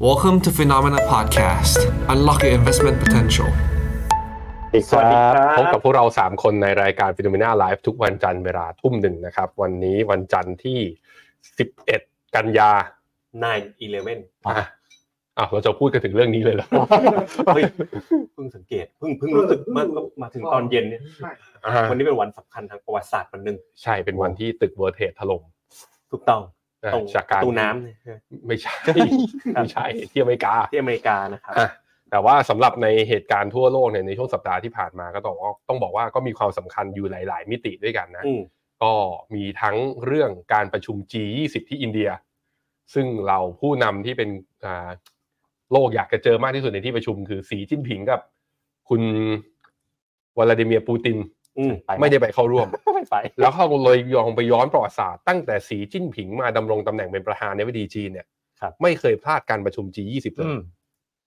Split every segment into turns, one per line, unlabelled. Welcome to Phenomena Podcast. Unlock your investment potential.
สวัสดีครับ
พบกับพวกเรา 3 คนในรายการ p h e n o m e n a Live ทุกวันจันทร์เวลาทุ่มหนึ่งนะครับ วันนี้วันจันทร์ที่ 11 กันยาน
ายอีเลเว่น
อ่ะอ่ะเราจะพูดกันถึงเรื่องนี้ เลยเหรอ
เฮ้ยเพิ่งสังเกตเพิ่งเพิ่งรู้สึกมามาถึงตอนเย็นเนี่ย
อ่า
วันนี้เป็นวันสำคัญทางประวัติศาสตร์วันหนึ่ง
ใช่เป็นวันที่ตึกเวอร์เทสถล่ม
ถูกต้อง
นะ
ตรง
จากการ
ตูน้ำเนี่ย
ไม่ใช่ ไม่ใช่ที่อเมริกา
ที่อเมริกานะครับ
อ่ะแต่ว่าสำหรับในเหตุการณ์ทั่วโลกเนี่ยในช่วงสัปดาห์ที่ผ่านมาก็ต้องบอกต้องบอกว่าก็มีความสำคัญอยู่หลาย ๆ มิติด้วยกันนะ
อืม
ก็มีทั้งเรื่องการประชุม G20 ที่อินเดีย ซึ่งเราผู้นำที่เป็นอ่าโลกอยากจะเจอมากที่สุดในที่ประชุมคือสีจิ้นผิงกับ คุณวลาดิเมียร์ปูติน
อืมปห
ไม่ได้ไปเข้าร่วม
ไม่ไป
แล้วเขาเลยยองไปย้อนประวัติศาสตร์ตั้งแต่สีจิ้นผิงมาดำรงตำแหน่งเป็นประธานาธิบดีจีนเนี่ยไม่เคยพลาดการประชุม G20 เลย
อืม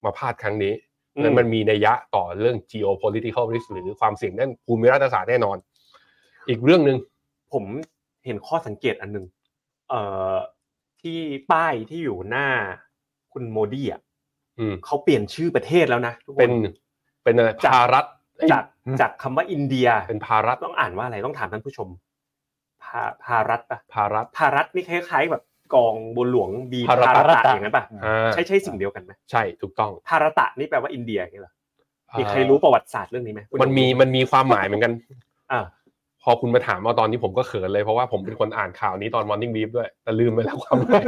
มาพลาดครั้งนี้
อื
นั้นมันมีนัยยะต่อเรื่อง geopolitical risk หรือความเสี่ยงด้านภูมิรัฐศาสตร์แน่นอน อีกเรื่องหนึ่ง
ผมเห็นข้อสังเกตอันหนึ่งเอ่อที่ป้ายที่อยู่หน้าคุณโมดีอ่ะ
อืม
เขาเปลี่ยนชื่อประเทศแล้วนะทุกค
เป็นเป็นอะไร
จาก
ภารัฐเอ้ย
จากจากคำว่าอินเดีย
เป็นภารัฐ
ต้องอ่านว่าอะไรต้องถามท่านผู้ชมพาพารัตปะ
ภารัฐ
พารัตนี่คล้ายๆแบบกองบนหลวงบี
พารัต
พารัตะอย่างนั้นปะ
อ่า
ใช่ใช่สิ่งเดียวกันไหม
ใช่ถูกต้อง
พารัตะนี่แปลว่าอินเดียอย่างเงี้ยเหรอมีใคร
เอ่อ
รู้ประวัติศาสตร์เรื่องนี้ไหมคุณ
มันมี
ห
มันมีความหมายเหมือนกัน
อ่า
พอคุณมาถามมาตอนนี้ผมก็เขินเลยเพราะว่าผมเป็นคนอ่านข่าวนี้ตอน morning brief ด้วย แต่ลืมไปแล้วความห มาย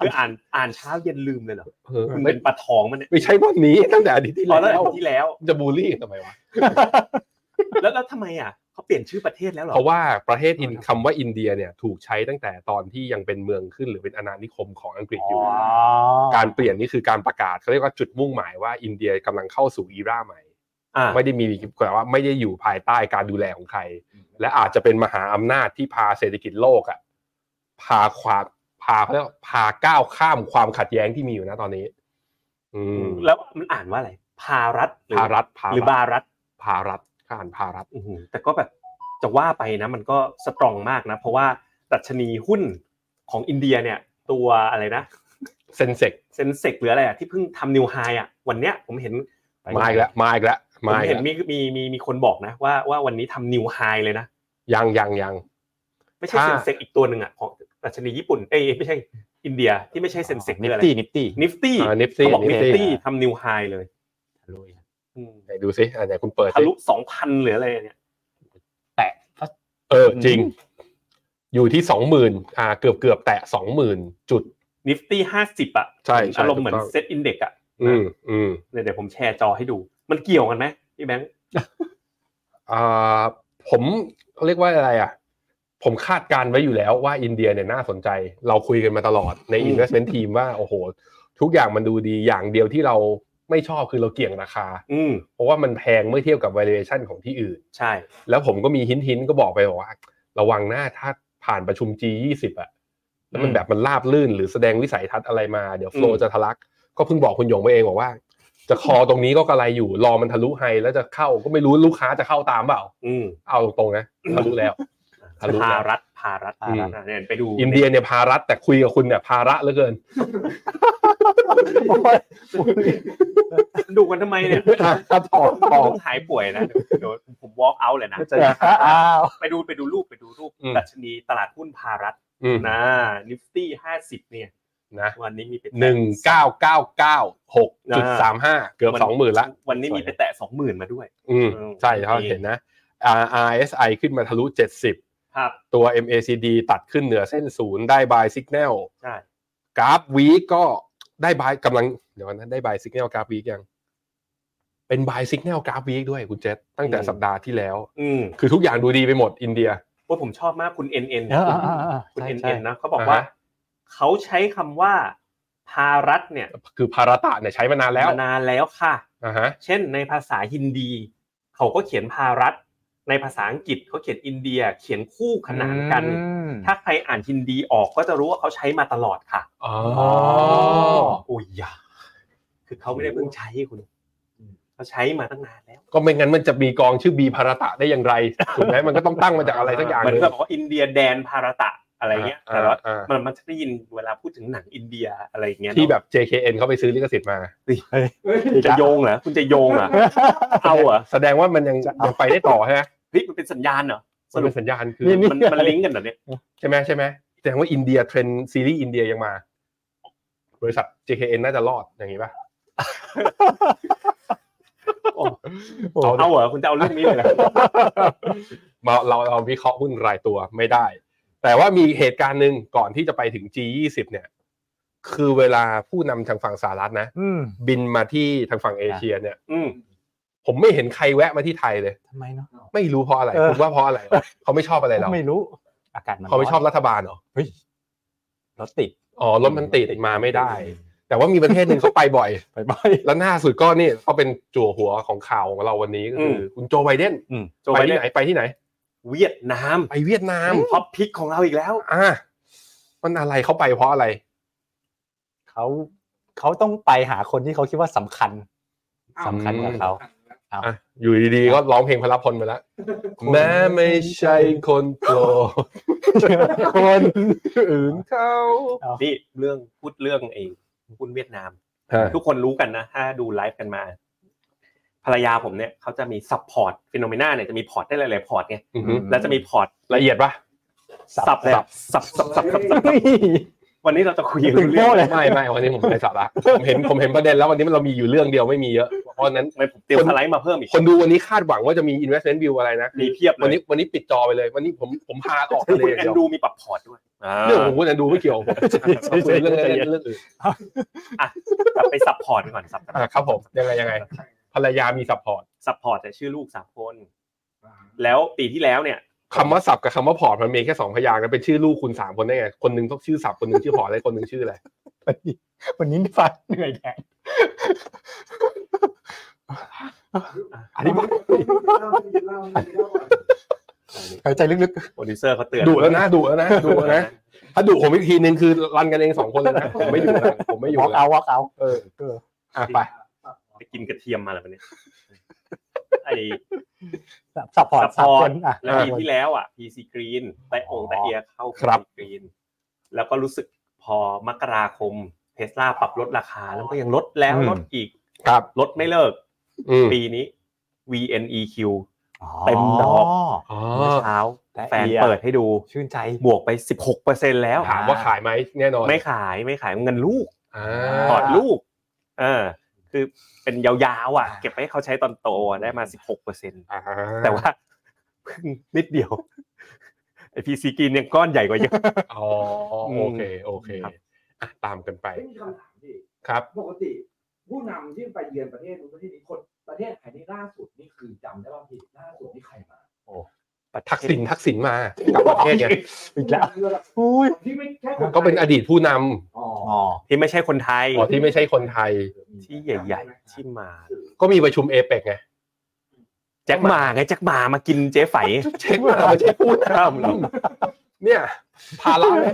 คืออ่านอ่านเช้าเย็นลืมเลยเหรอ
เออ
มัน
ไม่
เป็นปลาทองมันเนี่ย
ไม่ใช่วันนี้ตั้งแต่อาทิตย์ที่
อ๋อ
แล้
แล้ว
ว
ที่แล้ว
จะบูลลี่ทำไมวะ
แล้วแล้วทำไมอ่ะเขาเปลี่ยนชื่อประเทศแล้วเหรอ
เพราะว่าประเทศอินคำว่าอินเดียเนี่ยถูกใช้ตั้งแต่ตอนที่ยังเป็นเมืองขึ้นหรือเป็นอาณานิคมของอังกฤษอยู่ การเปลี่ยนนี่คือการประกาศเขาเรียกว่าจุดมุ่งหมายว่าอินเดียกำลังเข้าสู่อีราใหม่
อ่า
ไม่ได้มีแต่ว่าไม่ได้อยู่ภายใต้การดูแลของใคร และอาจจะเป็นมหาอำนาจที่พาเศรษฐกิจโลกอ่ะพาความพาเขาเรียกว่าพาก้าวข้ามความขัดแย้งที่มีอยู่นะตอนนี้ อืม
แล้วมันอ่านว่าอะไรพารัตหรือ
ภารัฐภา
หรือบา
รัฐ
รัต
ภารัฐข้านภารัฐ
อื้อหือแต่ก็แบบจะว่าไปนะมันก็สตรองมากนะ เพราะว่าดัชนีหุ้นของอินเดียเนี่ย ตัวอะไรนะ
เซนเซก
เซนเซกหรืออะไรอะที่เพิ่งทำนิวไฮอ่ะวันเนี้ยผมเห็น
มาอีกแล้วมาอีกแล้ว
ผม
มาอีก
เห็น
แล้ว
มีมีมีมีคนบอกนะว่าว่าวันนี้ทำนิวไฮเลยนะ
ยังยังยัง
ไม่ใช่
ถ้า
เซนเซกอีกตัวหนึ่งอ่ะของดัชนีญี่ปุ่นเอ้ยไม่ใช่อินเดียที่ไม่ใช่เซนเซก
นิ
คือ
ฟ
อะไร
ตี้นิฟตี้
นิฟตี้
อ่า Nifty
เขาบอกนิฟ
Nifty
ตี้ทำนิวไฮเลยอืม
ไหนดูสิอ่ะไหนคุณเปิด
ทะ
สิ
ลุสองพันหรืออะไรเนี่ย
แตะ
เออจริง อยู่ที่สองหมื่นอ่าเกือบเกือบแตะสองหมื่นจุด
นิฟตี้ห้าสิบอ่ะ
ใช่ใช่
อารมณ์เหมือน
ถูกต้อง
เซตอินเด็กซ์อ่ะ
อืมอืม
เดี๋ยวเดี๋ยวผมแชร์จอให้ดู มันเกี่ยวกันไหมพี่แบงค์
อ่าผมเรียกว่าอะไรอ่ะ ผมคาดการณ์ไว้อยู่แล้วว่าอินเดียเนี่ยน่าสนใจ เราคุยกันมาตลอดใน investment team ว่าโอ้โห ทุกอย่างมันดูดีอย่างเดียวที่เราไม่ชอบคือเราเกี่ยงราคา
อืม
เพราะว่ามันแพงเมื่อเทียบกับ valuation ของที่อื่น
ใช่
แล้วผมก็มีหินหินก็บอกไปบอกว่า ระวังหน้าถ้าผ่านประชุม G20 อ่ะแล้วมัน
อืม
แบบมันราบลื่นหรือแสดงวิสัยทัศน์อะไรมาเดี๋ยวโฟล
อืม
จะทะลัก ก็เพิ่งบอกคุณหยงไปเองบอกว่า จะคอตรงนี้ก็กระไรอยู่รอมันทะลุไฮแล้วจะเข้าก็ไม่รู้ลูกค้าจะเข้าตามเปล่า
อืม
เอาตรงๆนะทะลุแล้ว ทะลุ
พา
แล้ว
รัฐพารัฐพารัฐ
อืม
อ่ะเนี่ยไปดู
อินเดียเนี่ยภารัฐแต่คุยกับคุณเนี่ยภาระเหลือเกิน
ดูกันทำไมเนี่ย
ถอดถอด
ต้องหายป่วยนะเดี๋ยวเดี๋ยวผมวอล์กเอาเลยนะ
อ้าว
ไปดูไปดูรูปไปดูรูป
อืม
ดัชนีตลาดหุ้นพารัฐ
อืม
นะนิฟตี้ห้าสิบเนี่ย
นะ
วันนี้มีไปแตะ
หนึ่งเก้าเก้าเก้าหกจุดสามห้าเกือบ
มัน
สองหมื่นละ
วันนี้มีไปแตะสองหมื่นมาด้วย
อืม
อืม
ใช่เท่าเห็นนะ RSI ขึ้นมาทะลุเจ็ดสิบ
ครับ
ตัว MACD ตัดขึ้นเหนือเส้นศูนย์ได้ buy signal
ใช่
กราฟวีก็ได้ buy กำลัง เดี๋ยวนะได้ buy signal กราฟวียัง เป็น buy signal กราฟวีด้วยคุณเจษตั้งแต่
อืม
สัปดาห์ที่แล้ว
อืม
คือทุกอย่างดูดีไปหมดอินเดีย
ว่าผมชอบมากคุณเอ็นเอ็น คุณ
ใช่
เอ็น
ใช่
เอ็นนะเขาบอกว่า
อ่าฮะ
เขาใช้คำว่าพารัฐเนี่ย
คือภารตะเนี่ยใช้มานานแล้ว
มานานแล้วค่ะ
อ่าฮะ
เช่นในภาษาฮินดี เขาก็เขียนภารัฐ ในภาษาอังกฤษเขาเขียนอินเดียเขียนคู่ขนานกัน ถ้าใครอ่านฮินดีออกก็จะรู้ว่าเขาใช้มาตลอดค่ะ
อ๋อ
โอ้ยอยาคือเขาไม่ได้เพิ่งใช้คุณเขาใช้มาตั้งนานแล้ว
ก็ไม่งั้นมันจะมีกองชื่อบีพารตะได้อย่างไรถูกไหมมันก็ต้องตั้งมาจากอะไรสักอย่าง
เหมือน
เลย
กับบอกว่าอินเดียแดนภารตะ อะไรเงี้ย
อ่า
แต่ว่า
อ่า
มันมันจะได้ยินเวลาพูดถึงหนังอินเดียอะไรอย่างเงี้ย
ที่แบ
เน
บ JKN เขาไปซื้อลิขสิทธิ์มา
อะจะโยงเหรอคุณจะโยงเหรอเอาเหรอ
แสดงว่ามันยังยังไปได้ต่อใช่ไหม
เฮ้ยมันเป็นสัญญาณเหรอส
มัน
รุ
เป็
ป
นสัญญาณคือ
นี่
มันมันลิงก์กันเหรอเนี่ย
ใช่ไหมใช่ไหมแสดงว่าอินเดียเทรนด์ซีรีส์อินเดียยังมา บริษัท JKN น่าจะรอดอย่าง นี้ป่ะ เอาดิ
เอาเหรอคุณจะเอาเรื่องนี้เลยเหรอ
มาเราเราวิเคราะห์หุ้นรายตัวไม่ได้ แต่ว่ามีเหตุการณ์หนึ่งก่อนที่จะไปถึง G20 เนี่ย คือเวลาผู้นำทางฝั่งสหรัฐนะ
อืม
บินมาที่ทางฝั่งเอเชียเนี่ย
อืม
ผมไม่เห็นใครแวะมาที่ไทยเลย
ทำไมเนาะ
ไม่รู้เพราะอะไร
เออ
คุณว่าเพราะอะไรเขาไม่ชอบอะไรเรา
ไม่รู้ อากาศมัน
เขาไม่ชอบรัฐบาลเหรอ
เฮ้ยรถติด
อ๋อรถมันติดมาไม่ได้ แต่ว่ามีประเทศหนึ่งเขาไปบ่อย
ไปไหม
แล้วหน้าสุดก็นี่เขาเป็นจั่วหัวของข่าวของเราวันนี้ก็คืออคุณโจไบเดน
โจไบ
ไป
เด
ที่
น
ไหนไปที่ไหน
เวียดนาม
ไปเวียดนาม
ท็อปพิกของเราอีกแล้ว
อ่ามันอะไรเขาไปเพราะอะไร
เขาเขาต้องไปหาคนที่เขาคิดว่าสำคัญสำคัญกว่าเขา
อ่ะอยู่ดีๆก็ร้องเพลงพลพลไปแล้วแม้ไม่ใช่คนโปร ด
คน
อื่นเขา
นี่เรื่องพูดเรื่องไอ้หุ้นเวียดนาม
ฮะ
ทุกคนรู้กันนะถ้าดูไลฟ์กันมา ภรรยาผมเนี่ยเขาจะมีซับพอร์ตฟิโนเมนาเนี่ยจะมีพอร์ตได้หลายๆพอร์ตไง
อือฮึ
แล้วจะมีพอร์ต
ละเอียดปะ
สับ
สับ
เลย
สับสับสับสับสับสับวันนี้เราจะคุยกัน
ถึง
รู้เรื่
โน่
อง
เลย
ไม่ไม่วันนี้ผมไม่ได้สาระผมเห็นผมเห็นประเด็นแล้ววันนี้มันเรามีอยู่เรื่องเดียวไม่มีเยอะเพราะฉะนั้น
ไม่ผมเตรียมสไลด์มาเพิ่มอีก
คนดูวันนี้คาดหวังว่าจะมี investment view อะไรนะ
มีเพียบเล
วัน
ย
นี้วันนี้ปิดจอไปเลย วันนี้ผมผมพาออกทะเล
คุณ
อย่าง
แอ
เดี
น
ยว
ดูมีปรับพอร์ตด้วยอ่า
เรื่องของคุณอันดูไม่เกี่ยวผมผมคุยเรื่องเล่นเรื่องอื่น
กลับไปซับพอร์ตก่อนซับ
อ่ะครับผมยังไงยังไงภรรยามี support
ซับพอร์ตแต่ยชื่อลูกสามคนแล้วปีที่แล้วเนี่ย
คำว่าสับกับคำว่าพอร์ตมันมีแค่สองพยางค์นะเป็นชื่อลูกคุณสามคนได้ไง คนหนึ่งต้องชื่อสับคนหนึ่งชื่อพอร์ตและคนหนึ่งชื่ออะไร
วันนี้วันนี้ฟังเหนื่อยแทน
อันนี้
หายใจลึก
โปรดิวเซอร์เขาเตือน
ดุแล้วนะดุแล้วนะดุแล้วนะถ้าดุผมอีกทีนึงคือรันกันเองสองคนเลยนะผมไม่อยู่แล้วผมไม่อ
ๆ
ยู่
วอล์ก
แล้
เอา
ว
วอล์กเอา
เออ
เออ
อ่ะไป
ไปกินกระเทียมมาแล้วปะเนี่ยไอ้
สับพอร์ต
ซั
สั
บบพอ
ค
ร์ต
นอ่ะ
แล้วปีที่แล้วอ่ะ PC Green แต่องค์แต่เอียเข้า PC Green แล้วก็รู้สึกพอมกราคมเทสลาปรับลดราคา แล้วก็ยังลดแล้ว
อืม
ลดอีก
ครับ
ลดไม่เลิก
อืม
ปีนี้ VNEQ
อ๋อ
เต็มดอก
อ๋อ
เมื่อเช้า
แต่
แฟน
เอีย
เปิดให้ดู
ชื่นใจ
บวกไป 16%แล้ว
ถามว่าขายไหมแน่นอน
ไม่ขายไม่ขายเงินลูก
อ่า
อ่า
ถอดลูกเออคือเป็นยาวๆอ่ะ เก็บไว้ให้เขาใช้ตอนโตอ่ะได้มา 16%
อ่า
แต่ว่า เพิ่งนิดเดียว ไอพีซีกินยังก้อนใหญ่กว่าเยอะ
อ๋อ
อืม
โอเคโอเค
ครับ
อ่ะตามกันไป
ไม่มีคำถามดิ
ครับ
ปกติผู้นำที่ไปเยือนประเทศนู้นประเทศนี้คนประเทศไหนนี่ล่าสุดนี่คือจำได้ว่าผิดล่าสุดนี่ใครมา
ทักษิณทักษิณมากลับประเทศไง
อีกแล้ว
ผู้นำเรือหลัก
อุ้ย
ที่ไม่ใช่คนไทย
ก็เป็นอดีตผู้น
อ๋อ
อ๋อ
ที่ไม่ใช่คนไทย
ำอ๋อที่ไม่ใช่คนไทย
ที่ใหญ่ ๆ ที่มา
ก็มีประชุมเอเปกไง
แจ็คหมาไงแจ็คหมามากินเจ๊ไฝ
เช็คมาไม่ใช่ผู้น
เหรอ
ำเนี่ยภาระไหม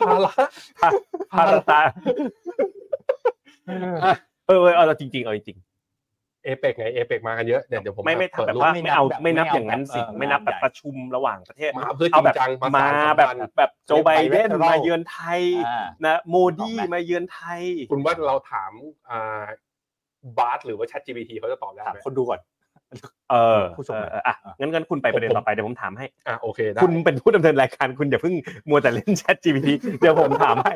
ภาระ
พาราตาเออเออเอาจริงๆเอาจริง
เอเปกไงเอเปกมากันเยอะเดี๋ยวเดี๋ยวผม
ๆ ไม่ไม่ทำแบ
เปิด
บ
รูป
ว่า
ไม่
ไม่
นับ
เอา
แบบ
ไม่นับ
ไม่
อ
เอา
ย่างนั้นสิ
แบบ
ไม่นับแบบ
เออ
ประชุมระหว่างประเทศ
มาเพื่อจ
เอา
ริ
แบ
ง
บ
จังส
มา
ยสั
แบบ
พันธ์
แบบโจไบเดน
ไปแบบ
มาเยือนไทย
อ่า
นะโมดี
ออกแบบ
มาเยือนไทย
คุณว่าเราถามอ่าบาร์หรือว่า ChatGPT เขาจะตอบได้
ถาม
ไหม
คนดูก่อน
เออ
ผู้ชม
เออเอออ่ะงั้นงั้นคุณไปประเด็นต่อไปเดี๋ยวผมถามให้
อ่ะโอเคได้
คุณเป็นผู้ดำเนินรายการคุณอย่าเพิ่งมัวแต่เล่น Chat GPT เดี๋ยวผมถามให้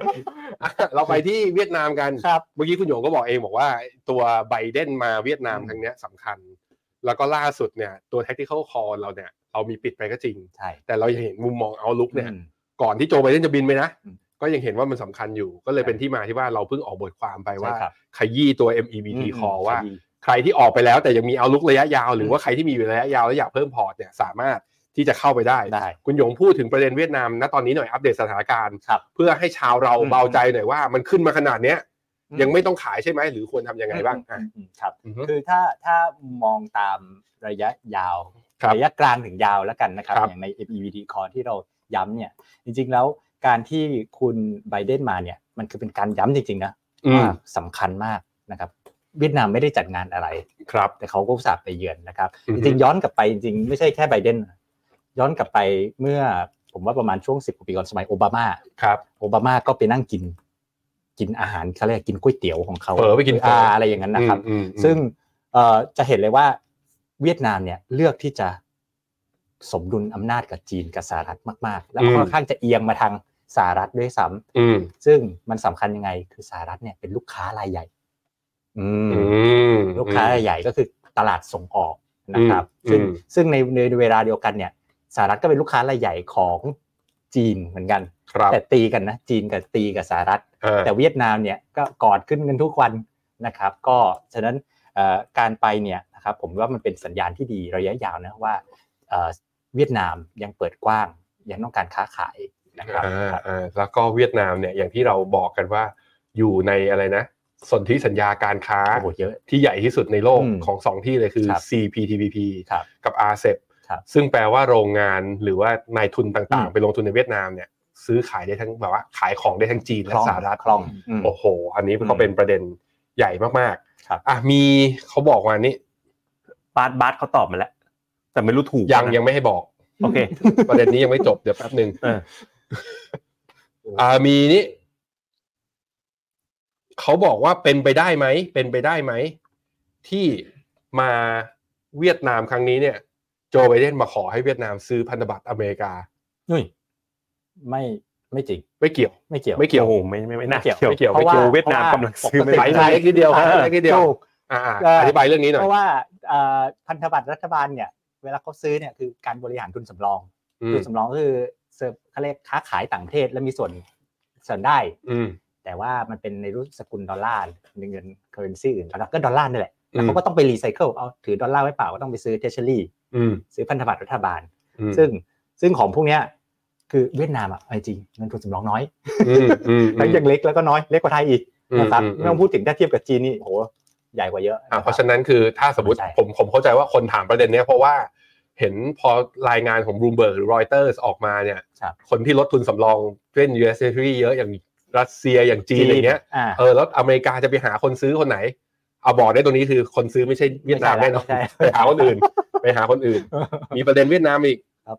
อ่ะเราไปที่เวียดนามกัน
ครับ
เมื่อกี้คุณหยงก็บอกเองบอกว่าตัวไบเดนมาเวียดนามครั้งเนี้ยสำคัญ แล้วก็ล่าสุดเนี่ยตัว tactical call เราเนี่ยเรามีปิดไปก็จริง
ใช่
แต่เรายังเห็นมุมมองเอาลุกเนี่ย
อืม
ก่อนที่โจไบเดนจะบินไปนะ
อืม
ก็ยังเห็นว่ามันสำคัญอยู่ ก็เลยเป็นที่มาที่ว่าเราเพิ่งออกบทความไปว่า
ใช่ครับ
ขยี้ตัว
อื
MEBT
ม
call ว่า ใครที่ออกไปแล้วแต่ยังมีเอาลุกระยะยาว หรือว่าใครที่มีอยู่ระยะยาวแล้วอยากเพิ่มพอร์ตเนี่ยสามารถที่จะเข้าไปได้
ได้
คุณหยงพูดถึงประเด็นเวียดนามณตอนนี้หน่อยอัปเดตสถานการณ์
ครับ
เพื่อให้ชาวเรา
อืม
เบาใจหน่อยว่ามันขึ้นมาขนาดเนี้ย
อืม
ยังไม่ต้องขายใช่ไหมหรือควรทำยังไงบ้างอ่ะ
อืมครับ
อือฮึ
คือถ้าถ้ามองตามระยะยาว
ครับ
ยะกลางถึงยาวแล้วกันนะครับ
ครับ
อย่างใน FEVT Core ที่เราย้ำเนี่ย จริงๆแล้วการที่คุณไบเดนมาเนี่ย มันคือเป็นการย้ำจริงๆนะ
อืม
ว่าสำคัญมากนะครับ เวียดนามไม่ได้จัดงานอะไร
ครับ
แต่เขาก็อุตสาห์ไปเยือนนะครับ
อือ
จ
ฮึ
ริงๆย้อนกลับไปจริงๆไม่ใช่แค่ไบเดนย้อนกลับไปเมื่อ ผมว่าประมาณช่วงสิบกว่าปีก่อนสมัยโอบามา
ครับ
โอบามาก็ไปนั่งกิน กินอาหารเขาเรียกกินก๋วยเตี๋ยวของเขา
เผลอไปกินเผลออ
อะไรอย่างนั้นนะครับ
อืมอืม
ซึ่งเอ่อจะเห็นเลยว่าเวียดนามเนี่ยเลือกที่จะสมดุลอำนาจกับจีนกับสหรัฐมาก ๆ แล้วค่อนข้างจะเอียงมาทางสหรัฐด้วยซ้ำ
อืม
ซึ่งมันสำคัญยังไงคือสหรัฐเนี่ยเป็นลูกค้ารายใหญ่ อืม
อืม
ลูกค้ารายใหญ่ก็คือตลาดส่งออกนะครับ
อืม
ซึ่ง
อืม
ซึ่งในในเวลาเดียวกันเนี่ยสหรัฐก็เป็นลูกค้ารายใหญ่ของจีนเหมือนกัน
ครับ
แต่ตีกันนะจีนกับตีกับสหรัฐ
อ่า
แต่เวียดนามเนี่ยก็กอดขึ้นกันทุกวันนะครับ ก็ฉะนั้นเอ่อการไปเนี่ยนะครับผมว่ามันเป็นสัญญาณที่ดีระยะยาวนะว่าเอ่อเวียดนามยังเปิดกว้างยังต้องการค้าขายนะครับ
อ่าอ่าแล้วก็เวียดนามเนี่ยอย่างที่เราบอกกันว่าอยู่ในอะไรนะสนธิสัญญาการค้า
โอ้โหเยอะ
ที่ใหญ่ที่สุดในโลก
อืม
ของสองที่เลยคือ
ครับ
CPTPP
ครับ
กับ RCEP
ครับ
ซึ่งแปลว่าโรงงานหรือว่านายทุนต่าง
อื
ๆ
ม
ไปลงทุนในเวียดนามเนี่ยซื้อขายได้ทั้งแบบว่าขายของได้ทั้งจีนและสหรัฐ
คล่องอืม
โอ้โห อันนี้
อืม
ก็เป็นประเด็นใหญ่มากๆ
ครับ
อ่ะมีเขาบอกว่านี้
บาสบาสเขาตอบมาแล้ว แต่ไม่รู้ถูก
ยัง
นะ
ยังไม่ให้บอก
โอเค
ประเด็นนี้ยังไม่จบเดี๋ยวแป๊บหนึ่ง
เออ
อ่ามีนี่เขาบอกว่าเป็นไปได้ไหม เป็นไปได้ไหม ที่มาเวียดนามครั้งนี้เนี่ย โจไบเดนมาขอให้เวียดนามซื้อพันธบัตรอเมริกา
นุ้ยไม่ไม่จริง
ไม่เกี่ยว
ไม่เกี่ยว
ไม่เกี่ยว
โอ้โหไม่ไม่ไม่น่าเกี่ยว
ไม่เกี่ยว
เพราะว่า
ไม่เกี่ยว
เวียดนาม
เพราะว่าก
ำลังซื้อไม่
ป
สาย
ติ
ได้
สายเล็กนิดเดียว
อ่า
สายเล็กนิดเดียว
ถูก
อ่าอ่า
เอ่ออ
ธิบายเรื่องนี้หน่อย
เพราะว่าเอ่อพันธบัตรรัฐบาลเนี่ยเวลาเขาซื้อเนี่ยคือการบริหารทุนสำรอง
อื
ทุ
ม
นสำรองก็คือเสิร์ฟเขาเรียกค้าขายต่างประเทศและมีส่วนส่วนได้
อืม
แต่ว่ามันเป็นในรูปสกุลดอลลาร์ในเงิน currency อื่นแล้วก็ดอลลาร์นี่แหละ
อืม
แล้วเขาก็ต้องไปรีไซเคิลเอาถือดอลลาร์ไว้เปล่าก็ต้องไปซื้อเทเชอรี่
อืม
ซื้อพันธบัตรรัฐบาล
อืม
ซึ่งซึ่งของพวกเนี้ยคือเวียดนามอ่ะเอาจริงเงินทุนสำรองน้อย
อืมอืม
ทั้งยังเล็กแล้วก็น้อยเล็กกว่าไทยอีกนะครับไม่ต้องพูดถึงถ้าเทียบกับจีนนี่โอ้โหใหญ่กว่าเยอะ
อ่า
คบ
เพราะฉะนั้นคือถ้าสมมติ
เข้าใจ
ผมผมเข้าใจว่าคนถามประเด็นเนี้ยเพราะว่าเห็นพอรายงานของบลูเบิร์กหรือรอยเตอร์ออกมาเนี่ย
ครับ
คนที่ลดทุนสำรองเล่น US Treasury เยอะอย่างรัสเซียอย่างจีนอะไรเงี้ย
อ่า
เออแล้วอเมริกาจะไปหาคนซื้อคนไหน เอาบอกได้ตรงนี้คือคนซื้อไม่ใช่เวียดนาม
ไม่
แน่น
ใช่
อน
แล้ว
ไปหาคนอื่น ไปหาคนอื่น มีประเด็นเวียดนามอีก
ครับ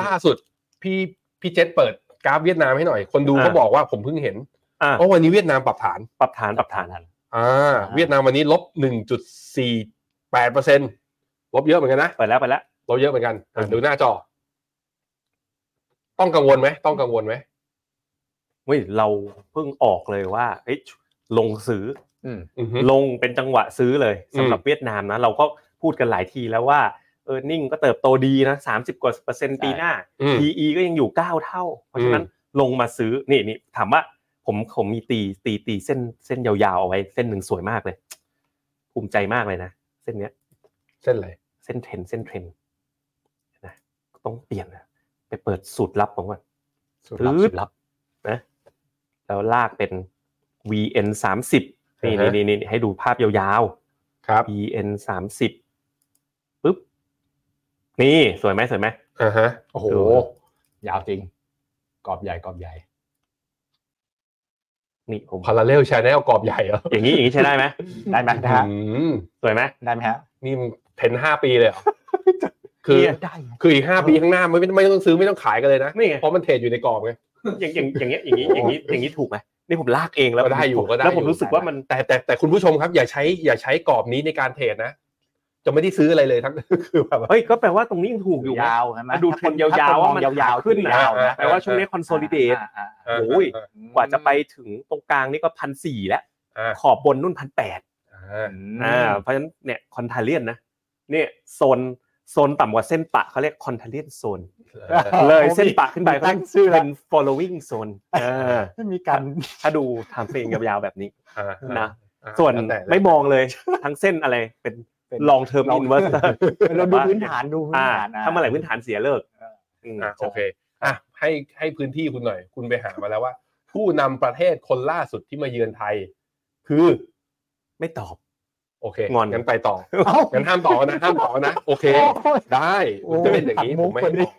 ล่าสุดพี่พี่เจษเปิดกราฟเวียดนามให้หน่อย คนดู
อ่า
ก็บอกว่าผมเพิ่งเห็น
อ่ะ
โอ้วันนี้เวียดนามปรับฐาน
ปรับฐานปรับฐาน
อ่าเวียดนามวันนี้ลบหนึ่งจุดสี่แปดเปอร์เซ็นลบเยอะเหมือนกันนะ
เปิดแล้วไปแล้ว
ลบเยอะเหมือนกันอ่ะ
อืม
ดูหน้าจอ ต้องกังวลไหมต้องกังวลไหม
เว้ยเราเพิ่งออกเลยว่าเอ้ยลงซื้อ
อืม
อือฮึ
ลงเป็นจังหวะซื้อเลย
อืม
สำหรับเวียดนามนะ เราก็พูดกันหลายทีแล้วว่าเออนิ่งก็เติบโตดีนะสามสิบกว่าเปอร์เซ็นต์ปีหน้า
อืม
PE ก็ยังอยู่ 9 เท่า เพราะฉะนั้นลงมาซื้อนี่นี่ถามว่าผมผมมีตีตีตีเส้นเส้นยาวๆเอาไว้ เส้นหนึ่งสวยมากเลย ภูมิใจมากเลยนะ เส้นเนี้ย
เส้นอะไร
เส้นเทรนเส้นเทรนนะต้องเปลี่ยนนะไปเปิดสูตรลับของมัน
สุดลับ
ปึ๊ด
สุดลับ
นะแล้วลากเป็น VN สามสิบนี่
อ่าฮะ
นี่นี่ให้ดูภาพยาว
ครับ
ๆ VN สามสิบปึ๊บ นี่สวยไหมสวยไหม
อ่าฮะ
โอ้โห
ดู
ยาวจริง กรอบใหญ่กรอบใหญ่
นี่ผม
พาราเรลชาแนลกรอบใหญ่เหรอ
อย่างนี้อย่างนี้ใช้ได้ไหม
ได้ไหมนะฮะ
อืม
สวยไหม
ได้ไหมฮะ
นี่เทรนห้าปี เลยเหรอ คือ
เนี่ย
ได้ฮะ
คืออีกห้าปีข้างหน้าไม่ไม่ไม่ต้องซื้อไม่ต้องขายกันเลยนะ
นี่ไง
เพราะมันเทรดอยู่ในกรอบไง
อย่างอย่างอย่างเงี้ยอย่างนี้อย่างนี้อย่างนี้ถูกไหมนี่ผมลากเองแล้ว
ก็ได้อยู่ก็ได้
แล้วผ
อ
ม
ยู่
รู้สึกว่ามัน
แต่แต่แต่คุณผู้ชมครับ อย่าใช้อย่าใช้กรอบนี้ในการเทรดนะ จะไม่ได้ซื้ออะไรเลยทั้ง คือแบบว่า
เฮ้ยก็แปลว่าตรงนี้ยังถูกอยู่นะ
ยาวใช่ไหม
อ่ะดูเทรนด์ยาวๆ
ถ้ค
ว่ามัน
ยาวๆ
ขึ้นนะ
ยาวนะ
แปลว่าช่วงนี้คอนโซลิเดต
อ่าอ่าอ่า
โอ้ย กว่าจะไปถึงตรงกลางนี่ก็พันสี่แล้ว
อ่า
ขอบบนนุ่นพันแปด
อ่า
อ่าเพราะฉะนั้นเนี่ยคอนทาเลียนนะเนี่ยโซนโซนต่ำกว่าเส้นปะเขาเรียกคอนทาเลียนโซน เลยเส้นปะขึ้นไป
มีตั้งชื่อแล้
เป็
วน
following zone เออ
มีการ
ถ้าดูทำเฟรมยาวๆแบบนี้
อ่า
นะ
อ่า
ส่วน
แล้แต่
ไม่มอง เลยทั้งเส้นอะไรเป็น
เป็น
long term
เรา
investor
เราดูพื้นฐานดูพื้น
อ่า
ฐานนะ
ถ้าเมื่อไหร่พื้นฐานเสียเลิกม
อ่าโอเคอ่ะให้ให้พื้นที่คุณหน่อย คุณไปหามาแล้วว่า ผู้นำประเทศคนล่าสุดที่มาเยือนไทย คือ
ไม่ตอบ
โอเค
งอน
งั้นไปต่อ
เอ้า
งั้นห้ามต่อนะห้ามต่อนะ โอเค
โอ้ย
ได้มันจะเป็นอย่างนี้
โอ้
ผ
ย
มไม่
หักมุกกว่านี้
บอก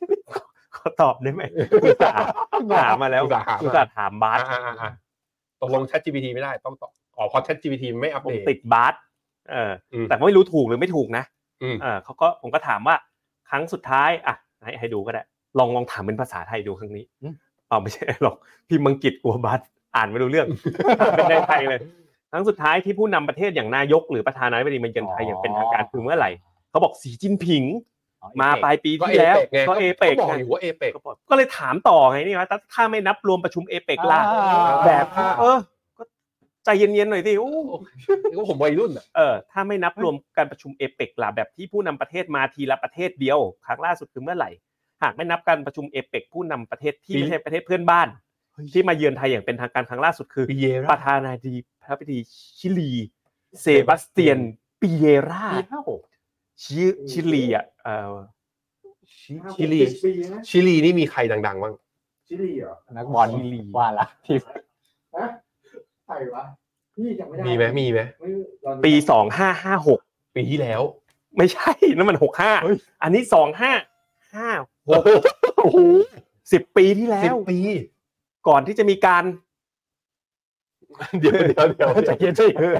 ขอตอบได้ไห มอุตส่าห์ถามมาแล้ว
อุตส่าห์ถามมา
อุตส่าห์ถามบา
อ่า
ส
อ่าอ่าตกลง Chat GPT ไม่ได้ต้องต่ออ๋อเพราะ Chat GPT ไม่อัป
ผ
เด
ม
ต
ติดบาสเออ
อืม
แต่ไม่รู้ถูกหรือไม่ถูกนะ
อืม
เออเขาก็ผมก็ถามว่าครั้งสุดท้ายอ่ะให้ให้ดูก็ได้ ลองลองถามเป็นภาษาไทยดูครั้งนี้
อืม
เอาไม่ใช่ หรอกพี่มังกฤษกลัวบัสอ่านไม่รู้เรื่อง ถามเป็นในไทยเลยครั้งสุดท้ายที่ผู้นำประเทศอย่างนายกหรือประธานาธิบดีมาเยือนไทยอย่างเป็นทางการคือเมื่อไหร่เขาบอกสีจิ้นผิง
อ๋อ
มาปลายปี
ก็
ที่
เอ
แล้ว
เปกไง
ก็เอเปก
บอก
ไง
อยู่ว่าเอเปก
ก็เลยถามต่อไงนี่ว่าถ้าไม่นับรวมประชุมเอเปกล่ะ
อ่า
แบบเออก็ใจเย็นๆหน่อยสิอู้
ก็ผมวัยรุ่นอ่ะ
เออถ้าไม่นับรวมการประชุมเอเปกล่ะแบบที่ผู้นำประเทศมาทีละประเทศเดียว ครั้งล่าสุดคือเมื่อไหร่ หากไม่นับการประชุมเอเปกผู้นำประเทศที่
ปี
ไม่ใช่ประเทศเพื่อนบ้าน ที่มาเยือนไทยอย่างเป็นทางการครั้งล่าสุดคือ
ปีเย
ประธานาธิบดีชิลี เซบาสเตียนปิเยรา
ปีห้าหก
ชิชิลีอ่ะเออ
ชิลี
ปีนะ
ชิลีนี่มีใครดังๆบ้าง
ชิลีเหรอ
นักบอลว่าละที่
ฮะใครวะพี่จำไม่ได้
มีไหมมีไหม
ไม่ตอนนี้
ปีสองห้าห้าหก
ปีที่แล้ว
ไม่ใช่ นั่นมันหกห้า
เฮ้ย
อันนี้สองห้าห้า
โอ้โห
สิบปีที่แล้
สิบ
ว
ปี
ก่อนที่จะมีการ
เดี๋ยวเดี๋ยวเดี๋ยว
ใจเย็นใจเย็น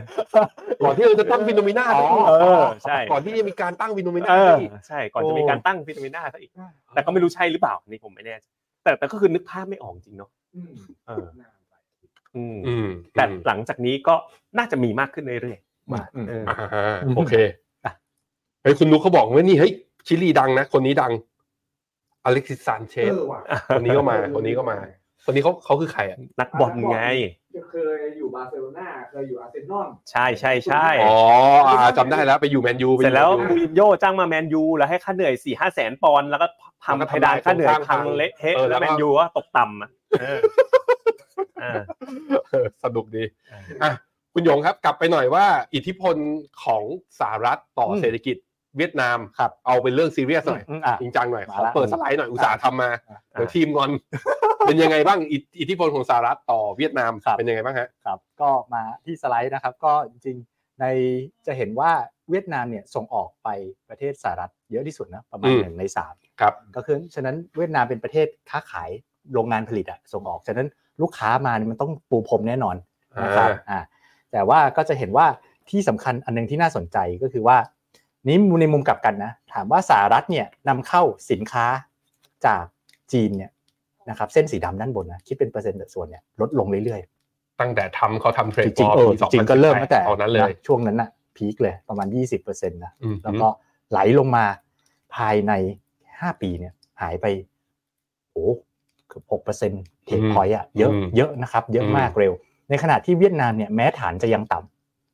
ก่อนที่เราจะตั้งฟิโนมิน่า
อ๋อ
เออใช่
ก่อนที่จะมีการตั้งฟิโนมิน่า
เออ
ที่
ใช่ก่อนจะ
โอ้
มีการตั้งวิตามินาซะอีก แต่ก็ไม่รู้ใช่หรือเปล่าอันนี่ผมไม่แน่ใจแต่แต่ก็คือนึกภาพไม่ออกจริงเนาะ
อืม
เออ
น่าไป
อืม
อืม
แต่หลังจากนี้ก็น่าจะมีมากขึ้นเรื่อย
มา
ๆเออ
อ่าโอเคเฮ้ยคุณนุกเขาบอกว่านี่เฮ้ยชิลีดังนะ คนนี้ดัง อเล็กซิสซานเช
เอ
ส
อว่ะ
คนนี้ก็มา คนนี้ก็มา คนนี้เขาเขาคือใครอ่ะ
นักบอลไง
เคยอยู่บาร์เซโลนาเคยอยู่อาร์เซนอล
ใช่ใช่ใช่
อ๋ออ่าจำได้แล้วไปอยู่แมนยูไปอ
เสร็จ
ยู่
แล้ว
มน
มู
ยู
รินโญ่จ้างมาแมนยูแล้วให้ค่าเหนื่อยสี่ห้าแสนปอนด์แล้วก็พัง
แล้วก็
เพดานค่าเหนื่อย
ทำลาย
พังเละเทะ
เออแล้
แล้ว
วก็
แมนยูก็ตกต่ำอ่ะเอออ่า
เออสนุกดีอ่ะคุณหยงครับ กลับไปหน่อยว่า อิทธิพลของสหรัฐต่ออ
ม
เศรษฐกิจเวียดนาม
ครับ
เอาเป็นเรื่องซีเรียสหน่อย
อืมอ่ะ
จริงจังหน่อย
มา
ขอ
ละ
เปิดสไลด์หน่อยอุตสาห์ทำมา
อ่ะ
เดี๋ยวทีมง อน เป็นยังไงบ้างอิทอิทธิพลของสหรัฐต่อเวียดนาม
ครับ
เป็นยังไงบ้างฮะ
ครับก็มาที่สไลด์นะครับก็จริงๆในจะเห็นว่าเวียดนามเนี่ยส่งออกไปประเทศสหรัฐเยอะที่สุดนะประมาณ
อืม
หนึ่งในสาม
ครับ
ก็คือฉะนั้นเวียดนามเป็นประเทศค้าขายโรงงานผลิตอะส่งออกฉะนั้นลูกค้ามาเนี่ยมันต้องปูพรมแน่นอนนะครับ
อ่า
อ่าแต่ว่าก็จะเห็นว่าที่สำคัญอันหนึงที่น่าสนใจก็คือว่านี่ในมุมกลับกันนะถามว่าสหรัฐเนี่ยนำเข้าสินค้าจากจีนเนี่ยนะครับเส้นสีดำด้านบนนะคิดเป็นเปอร์เซ็นต์สัดส่วนเนี่ยลดลงเรื่อยๆ
ตั้งแต่ทำเขาทำเทร
จ
ด
ริงๆเออ
ปี
จริงๆก็เริ่มตั้งแต่
ตอนนั้นเลย
ะช่วงนั้นน่ะพีคเลยประมาณ 20%นะ
อืม
แล้วก็ไหลลงมาภายใน 5 ปีเนี่ยหายไปโอ้เกือบ6%เทคพอยต์อะเยอะเยอะนะครับ เยอะมากเร็ว ในขณะที่เวียดนามเนี่ยแม้ฐานจะยังต่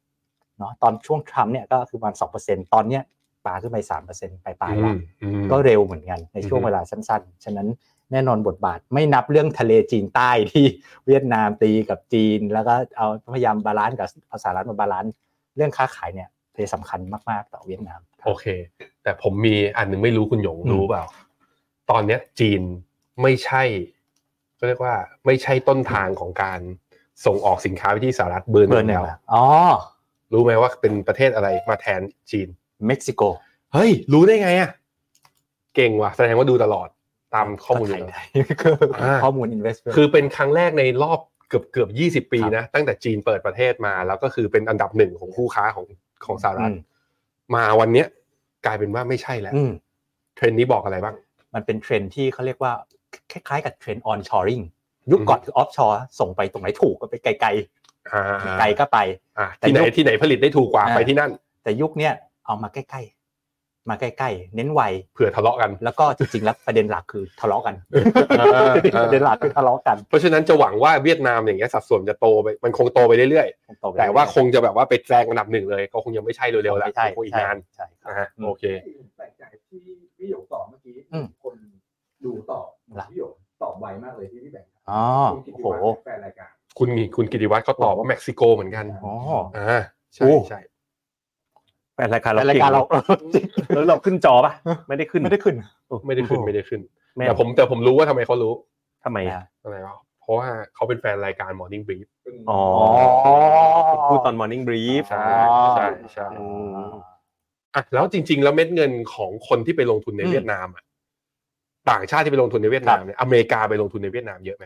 ำเนาะตอนช่วงทรัมป์เนี่ยก็คือประมาณ 2%ตอนเนี้ยปาขึ้นไป3%ไปปลายๆ
อื
ละ
มอืม
ก็เร็วเหมือนกันในช่วง
อือฮึ
เวลาสั้นๆ ฉะนั้นแน่นอนบทบาทไม่นับเรื่องทะเลจีนใต้ที่เวียดนามตีกับจีน แล้วก็เอาพยายามบาลานซ์กับเอาสหรัฐมาบาลานซ์เรื่องค้าขายเนี่ยเป็นสำคัญมากๆต่อเวียดนาม
โอเค แต่ผมมีอันหนึ่งไม่รู้คุณหยง
อืม
รู้เปล่า ตอนเนี้ยจีนไม่ใช่ก็เรียกว่าไม่ใช่ต้นทางของการส่งออกสินค้าไปที่สหรัฐเบอร์ห
เบ
นึ่
อร์
ง
หนึ่ง
แล้ว
อะอ๋อ
รู้ไหมว่าเป็นประเทศอะไรมาแทนจีน
เม็กซิโก
เฮ้ย รู้ได้ไงอ่ะ เก่งว่ะ แสดงว่าดูตลอดตามข้อมูลอ
ไท
ยู่
ย
นะ
คือ
อ่า
ข้อมูล investment
คือเป็นครั้งแรกในรอบเกือบเกือบยี่สิบปีนะ ตั้งแต่จีนเปิดประเทศมา แล้วก็คือเป็นอันดับหนึ่งของคู่ค้าของของสหรัฐ
อืม
มาวันเนี้ย กลายเป็นว่าไม่ใช่แล้ว
อืม
เทรนด์นี้บอกอะไรบ้าง
มันเป็นเทรนด์ที่เขาเรียกว่าคล้ายๆกับเทรนด์ onshoring ยุคก่อนคือ offshore ส่งไปตรงไหนถูกก็ไปไกลๆ
อ่า
ไกลก็ไป
อ่ะ
แต่
ที่ไหน
ยุค
ที่ไหนผลิตได้ถูกกว่า
อ่า
ไปที่นั่น
แต่ยุคเนี้ยเอามาใกล้ๆ มาใกล้ๆ เน้นไว
เผื่อทะเลาะกัน
แล้วก็จริงๆ แล้วประเด็นหลักคือทะเลาะกัน
เออ
ประเด็นหลักคือทะเลาะกัน
เพราะฉะนั้นจะหวังว่าเวียดนามอย่างเงี้ยสัดส่วนจะโตไปมันคงโตไปเรื่อยๆแต่ว่าคงจะแบบว่าไปแซงอันดับหนึ่งเลย ก็คงยังไม่ใช่เร็วๆแล้ว
ไม่ใช่
คงอีกนาน
ใช่ใช่
นะฮะโอเค
แปลกใจที่พี่หยกตอบเมื่อกี้
อืม
คนดูตอบ
ล่ะ
พี่หยกตอบไวมากเลยที่พี่แบงค์
อ๋อ
คุณกิ
โอ้
ติ
โห
วัฒน์แฟนรายการ
คุณคุณกิติวัตรเขาตอบว่าเม็กซิโกเหมือนกัน
อ๋อ
อ่าใช่
โอ้
ใช่
แฟนรายการเรา
แต่รายการเรา
แล้วเราขึ้นจอปะไม่ได้ขึ้น
ไม่ได้ขึ้น
ไม่ได้ขึ้นไม่ได้ขึ้น
แม่
แต่ผมแต่ผมรู้ว่าทำไมเขารู้
ทำไมอะ
อะไรวะเพราะว่าเขาเป็นแฟนรายการ Morning Brief
เป็น
อ๋อคุณพูดตอน Morning Brief
ใช่ใช่ใช่
อืม
อ่ะแล้วจริง ๆ แล้วเม็ดเงินของคนที่ไปลงทุนใน
อืม
เวียดนามอ่ะต่างชาติที่ไปลงทุนในเวียดนามเนี่ยอเมริกาไปลงทุนในเวียดนามเยอะไหม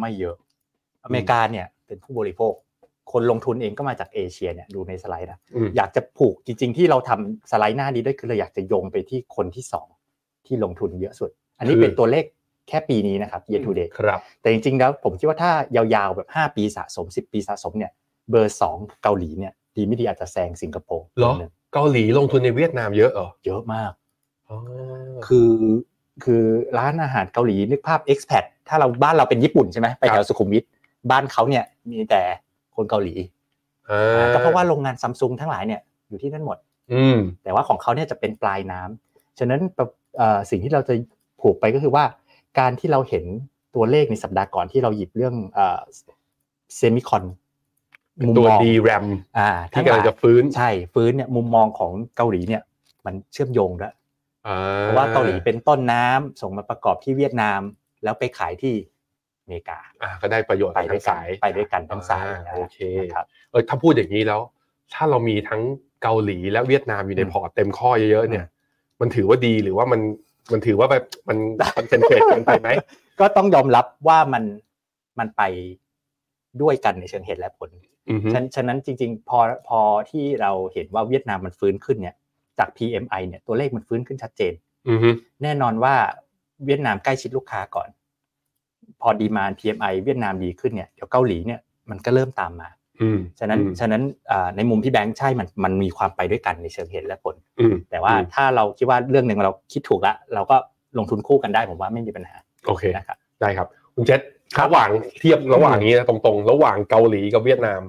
ไม่เยอะ อเมริกาเนี่ยเป็นผู้บริโภค คนลงทุนเองก็มาจากเอเชียเนี่ยดูในสไลด์นะ
อืม
อยากจะผูกจริง ๆ ที่เราทำสไลด์หน้านี้ด้วยคือเราอยากจะโยงไปที่คนที่สองที่ลงทุนเยอะสุด อันนี้
คือ
เป็นตัวเลขแค่ปีนี้นะครับ year to date
ครับ
แต่จริงๆ แล้วผมคิดว่าถ้ายาวๆ แบบ 5 ปีสะสม 10 ปีสะสมเนี่ยเบอร์ 2 เกาหลีเนี่ยดีไม่ดีอาจจะแซงสิงคโปร์
เหรอ
นิดนึง
เกาหลีลงทุนในเวียดนามเยอะเหรอ
เยอะมาก
อ๋อ
คือคือร้านอาหารเกาหลีนึกภาพ expat ถ้าเราบ้านเราเป็นญี่ปุ่นใช่ไหมไปแถวสุขุมวิทบ้านเขาเนี่ยมีแต่คนเกาหลี
อ่า
ก็เพราะว่าโรงงานซัมซุงทั้งหลายเนี่ยอยู่ที่นั่นหมด
อืม
แต่ว่าของเขาเนี่ยจะเป็นปลายน้ำ ฉะนั้นประเอ่อสิ่งที่เราจะผูกไปก็คือว่า การที่เราเห็นตัวเลขในสัปดาห์ก่อนที่เราหยิบเรื่อง เซมิคอน
ตัว DRAM
อ่า
ที่กำลังจะฟื้น
ใช่ฟื้นเนี่ยมุมมองของเกาหลีเนี่ยมันเชื่อมโยงด้วย
อ่
เพราะว่าเกาหลีเป็นต้นน้ำส่งมาประกอบที่เวียดนาม แล้วไปขายที่อเมริกา
อ่าก็ได้ประโยชน์
ไปด้ว
ทั้
ยกั
งสาย
ไปด้วยกันทั้งสาย
อ่โอเค
นะครับ
เออถ้าพูดอย่างนี้แล้ว ถ้าเรามีทั้งเกาหลีและเวียดนามอยู่ใน
อืม
พอร์ตเต็มข้อเยอะๆเนี่ย มันถือว่าดีหรือว่ามันมันถือว่าแบบมันมันเป็นเกิดกันไป ไหม
ก็ต้องยอมรับว่ามันมันไปด้วยกันในเชิงเหตุและผล
อือฮึ
ฉะนั้นฉะนั้นจริงๆ พอพอที่เราเห็นว่าเวียดนามมันฟื้นขึ้นเนี่ยจาก PMI เนี่ยตัวเลขมันฟื้นขึ้นชัดเจน
อือฮึ
แน่นอนว่าเวียดนามใกล้ชิดลูกค้าก่อน พอดีมาน PMI เวียดนามดีขึ้นเนี่ยเดี๋ยวเกาหลีเนี่ยมันก็เริ่มตามมา
อืม
ฉะนั้น
อืม
ฉะนั้นอ่าในมุมพี่แบงค์ใช่มันมันมีความไปด้วยกันในเชิงเหตุและผล
อืม
แต่ว่า
อืม
ถ้าเราคิดว่าเรื่องหนึ่งเราคิดถูกละเราก็ลงทุนคู่กันได้ผมว่าไม่มีปัญหา
โอเค
นะครับ
ได้ครับ คุณเจษ
ครับ
ระหว่างเทียบระหว่างนี้นะตรงๆ ระหว่างเกาหลีกับเวียดนาม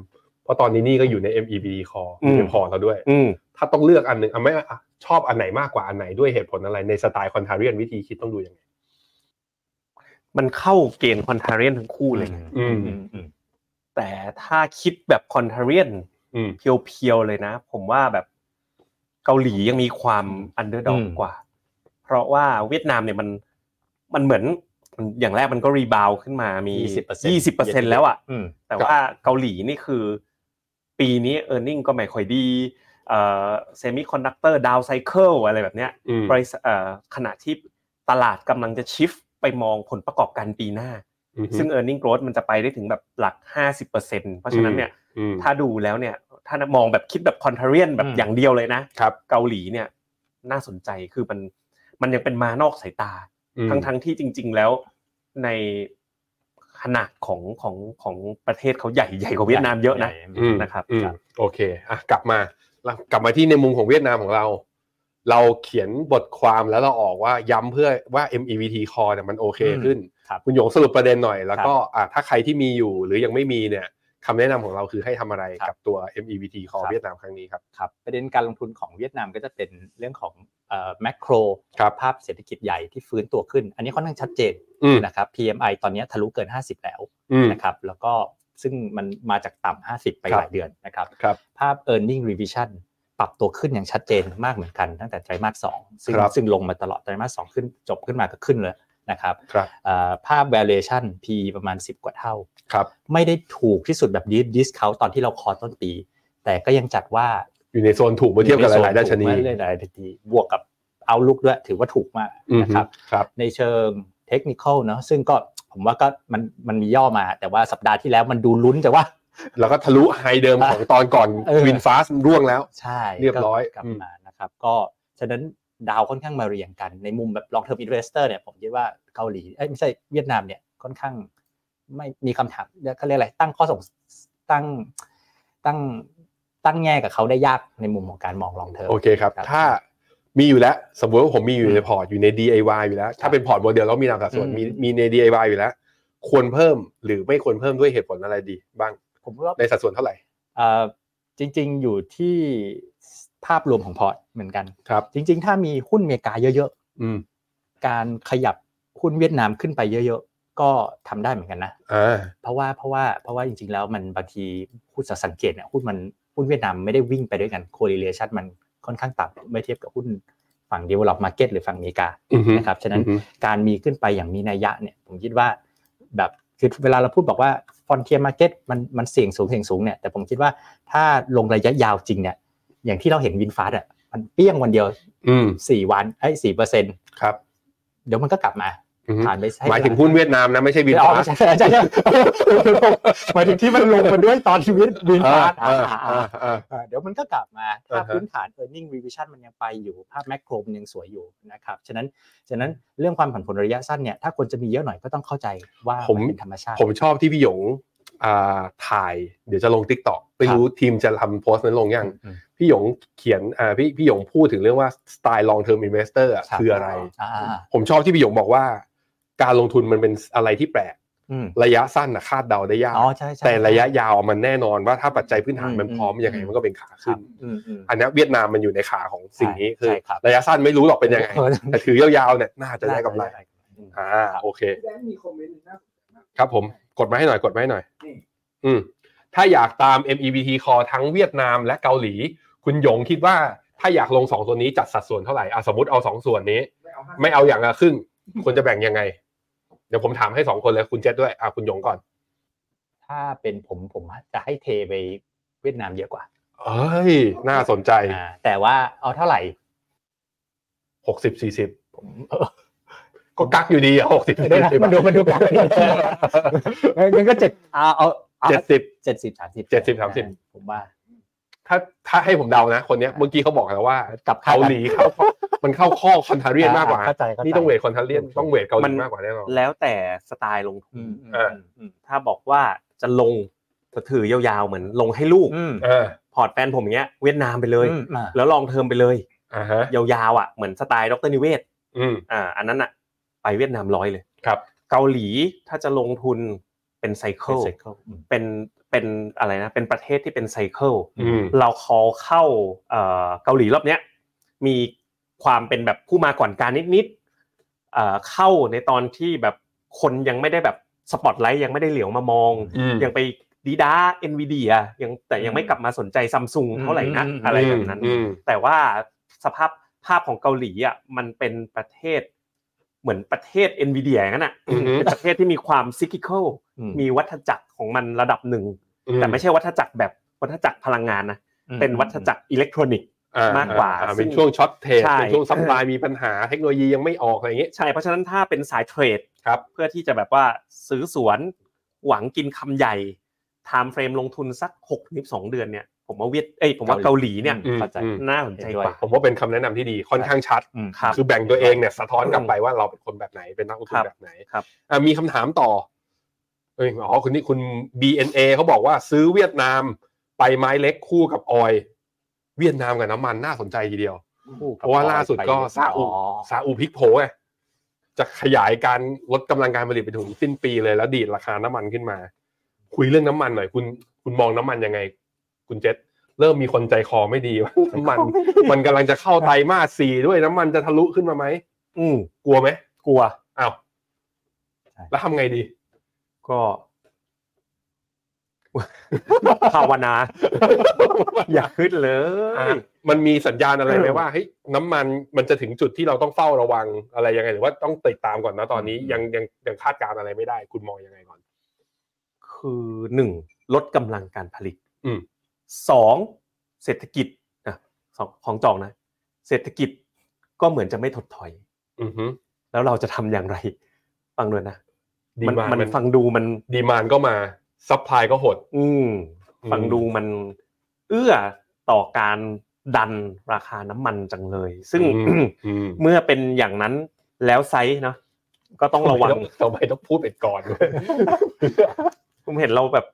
เพราะตอนนี้นี่ก็อยู่ใน MEB คออยู่ใน
อืม
พอร์ตเราด้วย
อืม
ถ้าต้องเลือกอันหนึ่งอ่ะไม่อ่ะชอบอันไหนมากกว่าอันไหนด้วยเหตุผลอะไรในสไตล์คอนทาเรียนวิธีคิดต้องดูยังไง
มันเข้าเกณฑ์คอนเทเรียนทั้งคู่เลย
อืม
อืม
แต่ถ้าคิดแบบคอนเทเรียน
อืม
เพียวๆเลยนะ ผมว่าแบบเกาหลียังมีความอันเดอร์ดอก
อืม
กว่า เพราะว่าเวียดนามเนี่ยมันมันเหมือนมันอย่างแรกมันก็รีบาวขึ้นมามี
20%
ยี่สิบเปอร์เซ็นแล้วอ่ะ
อืม
แต่ว่าเกาหลีนี่คือ ปีนี้ e a r n i n g ก็ไม่ค่อยดีเอ่อเซมิคอนดักเตอร์ดาวไซเคิลอะไรแบบเนี้ย
อืม
บริษัทเอ่อขณะที่ตลาดกำลังจะชิฟไปมองผลประกอบการปีหน้า
อือฮึ
ซึ่ง e a r n i n g growth มันจะไปได้ถึงแบบหลัก 50%เพราะฉะนั้นเนี่ย
อืม
ถ้าดูแล้วเนี่ยถ้ามองแบบคิดแบบคอนเทเรียนแบบ
อืม
อย่างเดียวเลยนะครับ เกาหลีเนี่ยน่าสนใจคือมันมันยังเป็นมานอกสายตา
อืม
ทั้งทั้งที่จริง ๆ แล้วในขนาดของของของประเทศเขาใหญ่ใหญ่กว่าเวียดนามเยอะนะ
อืม
นะครับ
อืม
ครับ
โอเคอ่ะกลับมาแล้วกลับมาที่ในมุมของเวียดนามของเรา เราเขียนบทความแล้วเราออกว่าย้ำเพื่อว่า MEVT Core เนี่ยมันโอเคขึ้น
ครับ
ณหยงสรุปประเด็นหน่อย แล้วก็อ่ะถ้าใครที่มีอยู่หรือยังไม่มีเนี่ยคำแนะนำของเราคือให้ทำอะไร
ครับ
กับตัว MEVT
ครั
Core
บ
เวียดนามครั้งนี้ครับ
ครับประเด็นการลงทุนของเวียดนามก็จะเป็นเรื่องของแมกโคร
ครับ
ภาพเศรษฐกิจใหญ่ที่ฟื้นตัวขึ้น อันนี้ค่อนข้างชัดเจน
อืม
นะครับ PMI ตอนนี้ทะลุเกิน 50 แล้ว
อืม
นะครับแล้วก็ซึ่งมันมาจากต่ำ 50 ไป
ครับ
หลายเดือนนะครับ
ครับ
ภาพ e a r n i n g revision ปรับตัวขึ้นอย่างชัดเจนมากเหมือนกันตั้งแต่ไตรมาส2ซึ่ง
ครับ
ซึ่งลงมาตลอดไตรมาส2ขึ้นจบขึ้นมาก็ขึ้นเลยนะครับ
ครับ
เอ่อภาพ valuation P ประมาณ 10 กว่าเท่า
ครับ
ไม่ได้ถูกที่สุดแบบ deep discount ตอนที่เราคอต้นปี แต่ก็ยังจัดว่า
อยู่ในโซนถูกเมื่อเทียบกับหลายๆดัชนี
หลายๆดัชนีบวกกับเอาลุกด้วยถือว่าถูกมาก
อืม
นะครับ
ครับ
ในเชิงเทคนิคเนาะซึ่งก็ผมว่าก็มันมันมีย่อมา แต่ว่าสัปดาห์ที่แล้วมันดูลุ้นแต่ว่า
แล้วก็ทะลุไฮเดิมของตอนก่อน
เออ
วินฟาสร่วงแล้ว
ใช่
เรียบร้อย
ก็กลับ
อืม
มานะครับก็ฉะนั้นดาวค่อนข้างมาเรียงกันในมุมแบบ long term investor เนี่ยผมคิดว่าเกาหลีเอ้ยไม่ใช่เวียดนามเนี่ยค่อนข้างไม่มีคำถามเขาเรียกอะไรตั้งข้อสงตั้งตั้งตั้งแง่กับเขาได้ยากในมุมของการมอง long term
โอเคครับ
ครับ
ถ้ามีอยู่แล้วสมมติว่าผมมีอยู่ในพอร์ตอยู่ใน DIY อยู่แล้ว ถ้าเป็นพอร์ตโมเดลแล้วมีนามสัดส่วน
อืม
มีมีใน DIY อยู่แล้ว ควรเพิ่มหรือไม่ควรเพิ่มด้วยเหตุผลอะไรดีบ้าง
ผมว่า
ในสัดส่วนเท่าไหร่
เอ่อจริงๆอยู่ที่ภาพรวมของพอร์ตเหมือนกัน
ครับ
จริงๆ ถ้ามีหุ้นอเมริกาเยอะ
อืม
ๆ การขยับหุ้นเวียดนามขึ้นไปเยอะๆ ก็ทำได้เหมือนกันนะ
อ่า
เพราะว่าเพราะว่าเพราะว่าจริงๆ แล้วมันบางทีหุ้นสังเกตเนี่ยหุ้นมันหุ้นเวียดนามไม่ได้วิ่งไปด้วยกัน correlation มันค่อนข้างต่ำเมื่อเทียบกับหุ้นฝั่ง develop market หรือฝั่งอเมริกา
อือฮึ
นะครับฉะนั้
อื
น
อฮึ
การมีขึ้นไปอย่างมีนัยยะเนี่ยผมคิดว่าแบบคือเวลาเราพูดบอกว่าฟอนเทียมาร์เก็ตมันมันเสี่ยงสูงเสี่ยงสูงเนี่ยแต่ผมคิดว่าถ้าลงระยะยาวจริงเนี่ยอย่างที่เราเห็นวินฟาสอ่ะมันเปี้ยงวันเดียว
อืม
4 วันไอ้สี่เปอร์เซ็นต์
ครับ
เดี๋ยวมันก็กลับมา
อือฮึ
ผ่านไปใช้
หมายถึงหุ้นเวียดนามนะไม่ใช่บิน
อ๋อ
ฟ้า
ไม่ใช่ใช่ใช่ หมายถึงที่มันลงมาด้วยตอนชีวิตบินฟ้า
เออ
อ่า
เอ
อ่า
อเออ
เออเดี๋ยวมันก็กลับมาภาพ
อ่าฮะ
พื้นฐาน e a r n i n g revision มันยังไปอยู่ภาพแมกโครมันยังสวยอยู่นะครับฉะนั้นฉะนั้นเรื่องความผันผวนระยะสั้นเนี่ยถ้าคนจะมีเยอะหน่อยก็ต้องเข้าใจว่า
ผม
นเป็นธรรมชาติ
ผมชอบที่พี่หยงอ่าถ่าย เดี๋ยวจะลงทิกตอกไม่รู้ทีมจะทำโพสต์นั้นลงยัง
อืม
พี่หยงเขียนอ่าพี่พี่หยงพูดถึงเรื่องว่าสไตล์ long term investor อะ
ครับ
คืออะไร
อ่า
ผมชอบที่พี่หยงบอกว่า การลงทุนมันเป็นอะไรที่แปลก
อืม
ระยะสั้นนะคาดเดาได้ยาก
อ๋อใช่ใช่
แต่ระยะยาวมันแน่นอนว่าถ้าปัจจัยพื้นฐาน
อืม
มันพร้อม
อืม
ยังไงมันก็เป็นขา
ค
ขึ้
รั
น
บอืมอืม
อันเนี้ยเวียดนามมันอยู่ในขาของสิ่งนี้
ใช่
คือ
ใช่ครับ
ระยะสั้นไม่รู้หรอกเป็นยังไง
ออ
แต่ถือยาวๆเนี่ยน่าจะได้กำไร
อืม
อ่าโอเค
พี่แบงค์มีคอมเมนต์หนึ่งน่าสนใจมาก
ครับผมกดมาให้หน่อยกดมาให้หน่อย
นี่
อืมถ้าอยากตาม MEBT Core ทั้งเวียดนามและเกาหลี คุณหยงคิดว่าถ้าอยากลงสองตัวนี้จัดสัดส่วนเท่าไหร่อ่ะสมมติเอาสองส่วนนี้
ไม่เอาห้า
ไม่เอาอย่างละครึ่งควรจะแบ่งยังไง เดี๋ยวผมถามให้สองคนเลยคุณเจษด้วยอ่ะคุณหยงก่อน
ถ้าเป็นผมผมจะให้เทไปเวียดนามเยอะกว่า
เอ้ยน่าสนใจ
อ่าแต่ว่าเอาเท่าไหร่
หกสิบสี่สิบ
ผมเออ
ก็กักอยู่ดีอ่ะหกสิบ
เดี๋ยวนะมันดูมันดูแบบงั้นก็เจ็ดเอาเอา
เจ็ดสิบ
เจ็ดสิบสามสิบ
70 30
ผมว่า
ถ้าถ้าให้ผมเดานะ คนเนี้ยเมื่อกี้เขาบอกแล้วว่า
กับ
เกาหลีเข้ามันเข้าข้อคอนทาเรียนมากกว่า
เข้าใจข้าใจ
นี่ต้องเวทคอนทาเรียนต้องเวทเกาห
มั
ลี
น
มากกว่าแน่นอน
แล้วแต่สไตล์ลงทุน
อืมอืม
เออ
อืม
ถ้าบอกว่าจะลงถือยาวๆเหมือนลงให้ลูก
อืม
เออ
พอร์ตแฟนผมอย่างเงี้ยเวียดนามไปเลย
อืมอ่า
แล้วลองเทอมไปเลย
อ่าฮะ
ยาวๆอ่ะเหมือนสไตล์ดรนิเวศน์
อืม
อ่าอันนั้นอ่ะไปเวียดนามร้อยเลย
ครับ
เกาหลีถ้าจะลงทุนเป็นไซเคิล
เซ็ตเข้าอืม
เป็นเป็นอะไรนะเป็นประเทศที่เป็นไซเคิล
อืม
เราคอเข้าเอ่อเกาหลีรอบเนี้ยมีความเป็นแบบผู้มาก่อนการนิดๆเอ่อเข้าในตอนที่แบบคนยังไม่ได้แบบสปอตไลท์ยังไม่ได้เหลียวมามอง
อืม
ยังไปดีด้าเอ็นวีดีอะยังแต่ยังไม่กลับมาสนใจซัมซุงเท่าไหร่นัก
อืม
อะไรแบบนั้น
อืม
แต่ว่าสภาพภาพของเกาหลีอ่ะมันเป็นประเทศเหมือนประเทศเอ็นวีดีอย่างนั้นอ่ะ
อือฮึ
เป็นประเทศที่มีความซิกิคอล
อื
มีวัฏจักรของมันระดับหนึ่ง
อื
แต่ไม่ใช่วัฏจักรแบบวัฏจักรพลังงานนะ
อืม
เป็นวัฏจักรอิเล็กทรอนิกส์
อ่
มากกว่า
อ่
ซึ่
เป็น
ง
ช่วงช็อตเทรด
ใช่
เป็นช่วงซัพพลาย มีปัญหาเทคโนโลยียังไม่ออกอะไรอย่างเงี้ย
ใช่เพราะฉะนั้นถ้าเป็นสายเทรด
ครับ
เพื่อที่จะแบบว่าซื้อสวนหวังกินคำใหญ่ไทม์เฟรมลงทุนสักหกนิบสองเดือนเนี่ยผมว่าเวียดเอ้ยผมว่าเกาหลีเนี่ย
อืม
เข้าใจ
น่าสนใจกว่า
ผมว่าเป็นคำแนะนำที่ดีค่อนข้างชัด
อืม
ครับ
คือแบ่งตัวเองเนี่ยสะท้อนกลับไปว่าเราเป็นคนแบบไหนเป็นนักลงทุน
ครับ
แบบไหน
ครับ
อ่ะมีคำถามต่อเอยอ๋อคุณนี่คุณ BNA เขาบอกว่าซื้อเวียดนามไปไม้เล็กคู่กับออย เวียดนามกับน้ำมันน่าสนใจทีเดียว เพราะว่าล่าสุดก็ซาอุ
อ๋อ
ซาอุพลิกโผไงจะขยายการลดกำลังการผลิตไปถึงสิ้นปีเลยแล้วดีดราคาน้ำมันขึ้นมา คุยเรื่องน้ำมันหน่อย คุณคุณมองน้ำมันยังไง คุณเจษเริ่มมีคนใจคอไม่ดีว่า น้ำมัน มันกำลังจะเข้าไตรมาสสี่ด้วยน้ำมันจะทะลุขึ้นมาไหม
อืม
กลัวไหม
กลัว
อ้าว
ใช่
แล้วทำไงดี
ก็ ภาวนา อย่าขึ้นเล
อ่ะ
ย
มันมีสัญญาณอะไรไหมว่าเฮ้ยน้ำมันมันจะถึงจุดที่เราต้องเฝ้าระวังอะไรยังไง หรือว่าต้องติดตามก่อนนะตอนนี้ยังยังยังคาดการณ์อะไรไม่ได้ คุณมองยังไงก่อน
คือหนึ่งลดกำลังการผลิต
อืม
สองเศรษฐกิจนะสองของจองนะ เศรษฐกิจก็เหมือนจะไม่ถดถอย
อือฮึ
แล้วเราจะทำอย่างไร ฟังด้วยนะ
ดี
มัน
มาน
มันฟังดูมัน
ดีมานก็มาซัพพลายก็หด
อืม
อืม
ฟังดูมัน เอื้อต่อการดันราคาน้ำมันจังเลย ซึ่ง
อืม
เมื่อเป็นอย่างนั้นแล้วไซส์เนาะก็ต้องระวัง
ทำไมต้องพูดเป็น ก่อนด้วย
ผมเห็นเราแบบ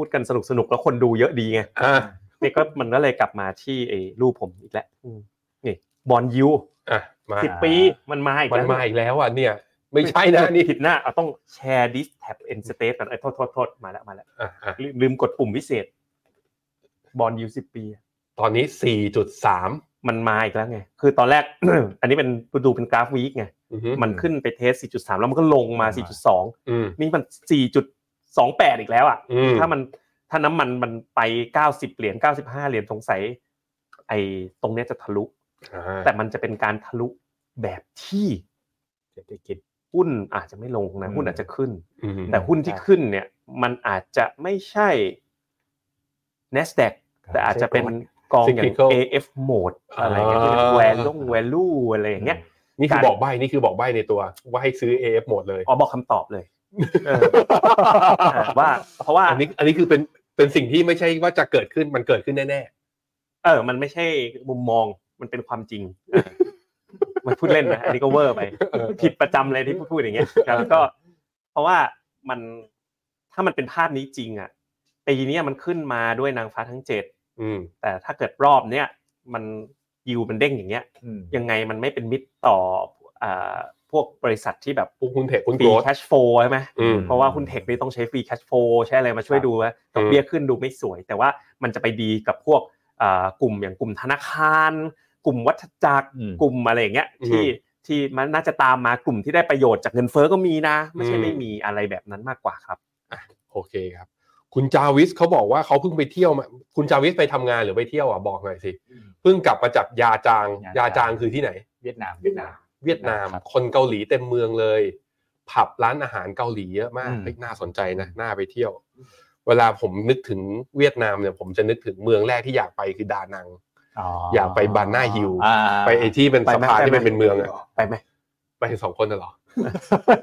พูดกันสนุกสนุกๆแล้วคนดูเยอะดีไง
อ่ะ
นี่ก็มันก็เลยกลับมาที่ไอ้รูปผมอีกแล้วอืมนี่บอลยู
อ่ะมา
สิบปีมันมาอีก
มัน
แล้ว
มาอีกแล้วอ่ะเนี่ย ไม่ใช่นะนี่
ผิดหน้าเอาต้องแชร์ดิสแท็บเอ็นสเตทกันไอ้ยโทษโทษโทษมาแล้วมาแล้ว
อ่ะอ่ะ
ลืมลืมกดปุ่มวิเศษบอลยูสิบปี
ตอนนี้สี่จุดสาม
มันมาอีกแล้วไง คือตอนแรก อันนี้เป็นดูเป็นกราฟวีคไงมันขึ้นไปเทส 4.3 แล้วมันก็ลงมา 4.2
อืม
นี่มัน 4.28 อีกแล้วอ่ะ
อืม
ถ้ามันถ้าน้ำมันมันไป 90 เหรียญ 95 เหรียญสงสัยไอ้ตรงเนี้ยจะทะลุ
อ่า
แต่มันจะเป็นการทะลุแบบที่
เศรษฐกิจ
หุ้นอาจจะไม่ลงนะ
อืม
หุ้นอาจจะขึ้น
อืม
แต่หุ้นที่ขึ้นเนี่ย มันอาจจะไม่ใช่ NASDAQ แต่อาจจะเป็นกองอย่าง
Cyclical
AF mode อะไรอย่างเงี้ยที่เป็น value value อะไรอย่างเงี้ย
นี่คือ
การ
บอกใบนี่คือบอกใบในตัว ว่าให้ซื้อ AF หมดเลย
อ๋อบอกคำตอบเลยเอออ่าว่าเพราะว่า
อันนี้อันนี้คือเป็นเป็นสิ่งที่ไม่ใช่ว่าจะเกิดขึ้นมันเกิดขึ้นแน่
เออ มันไม่ใช่มุมมอง มันเป็นความจริงเออมันพูดเล่นนะ อันนี้ก็เวอร์ไป
ๆเออ
ผิดประจำเลยที่พูดอย่างเงี้ยครับก็ เพราะว่ามันถ้ามันเป็นภาพนี้จริงอ่ะปีเนี้ยมันขึ้นมาด้วยนางฟ้าทั้งเจ็ด
อืม
แต่ถ้าเกิดรอบเนี้ยมันยิวมันเด้งอย่างเงี้ย
อืม
ยังไงมันไม่เป็นมิตรต่ออ่าพวกบริษัทที่แบบ
พวกหุ้นเทคหุ้น
ฟรี
โกลด
แคชโฟใช่ไหม
อืม
เพราะว่าหุ้นเทคนี่ต้องใช้ฟรีแคชโฟใช้อะไรมาช่วยดูว่าดอกเบี้ยขึ้นดูไม่สวย แต่ว่ามันจะไปดีกับพวกอ่ากลุ่มอย่างกลุ่มธนาคาร กลุ่มวัฏจักร
อืม
กลุ่มอะไรอย่างเงี้ย
อืม
ที่ที่มันน่าจะตามมากลุ่มที่ได้ประโยชน์จากเงินเฟ้อก็มีนะ ไม่ใช่
อืม
ไม่มีอะไรแบบนั้นมากกว่าครับ
โอเคครับ คุณจาวิสเขาบอกว่าเขาเพิ่งไปเที่ยวมาคุณจาวิสไปทำงานหรือไปเที่ยวอ่ะบอกหน่อยสิ
อืม
เพิ่งกลับมาจากยาจางยาย
าจาง
จางคือที่ไหน
เวียดนาม
เวียดนาม
เวียดนาม
ครับ
คนเกาหลีเต็มเมืองเลย ผับร้านอาหารเกาหลีเยอะมาก
อืม
เฮ้ยน่าสนใจนะน่าไปเที่ยว เวลาผมนึกถึงเวียดนามเนี่ยผมจะนึกถึงเมืองแรกที่อยากไปคือดานัง อยากไปบานหน้าฮิล
อ่า
ไปไอที่เป็น
ไป
สะ
ไหม
พาน
ไปไห
ที่
ม
มันเป็นเมืองอะ
ไปไหม
ไปสองคนน่ะเหรอ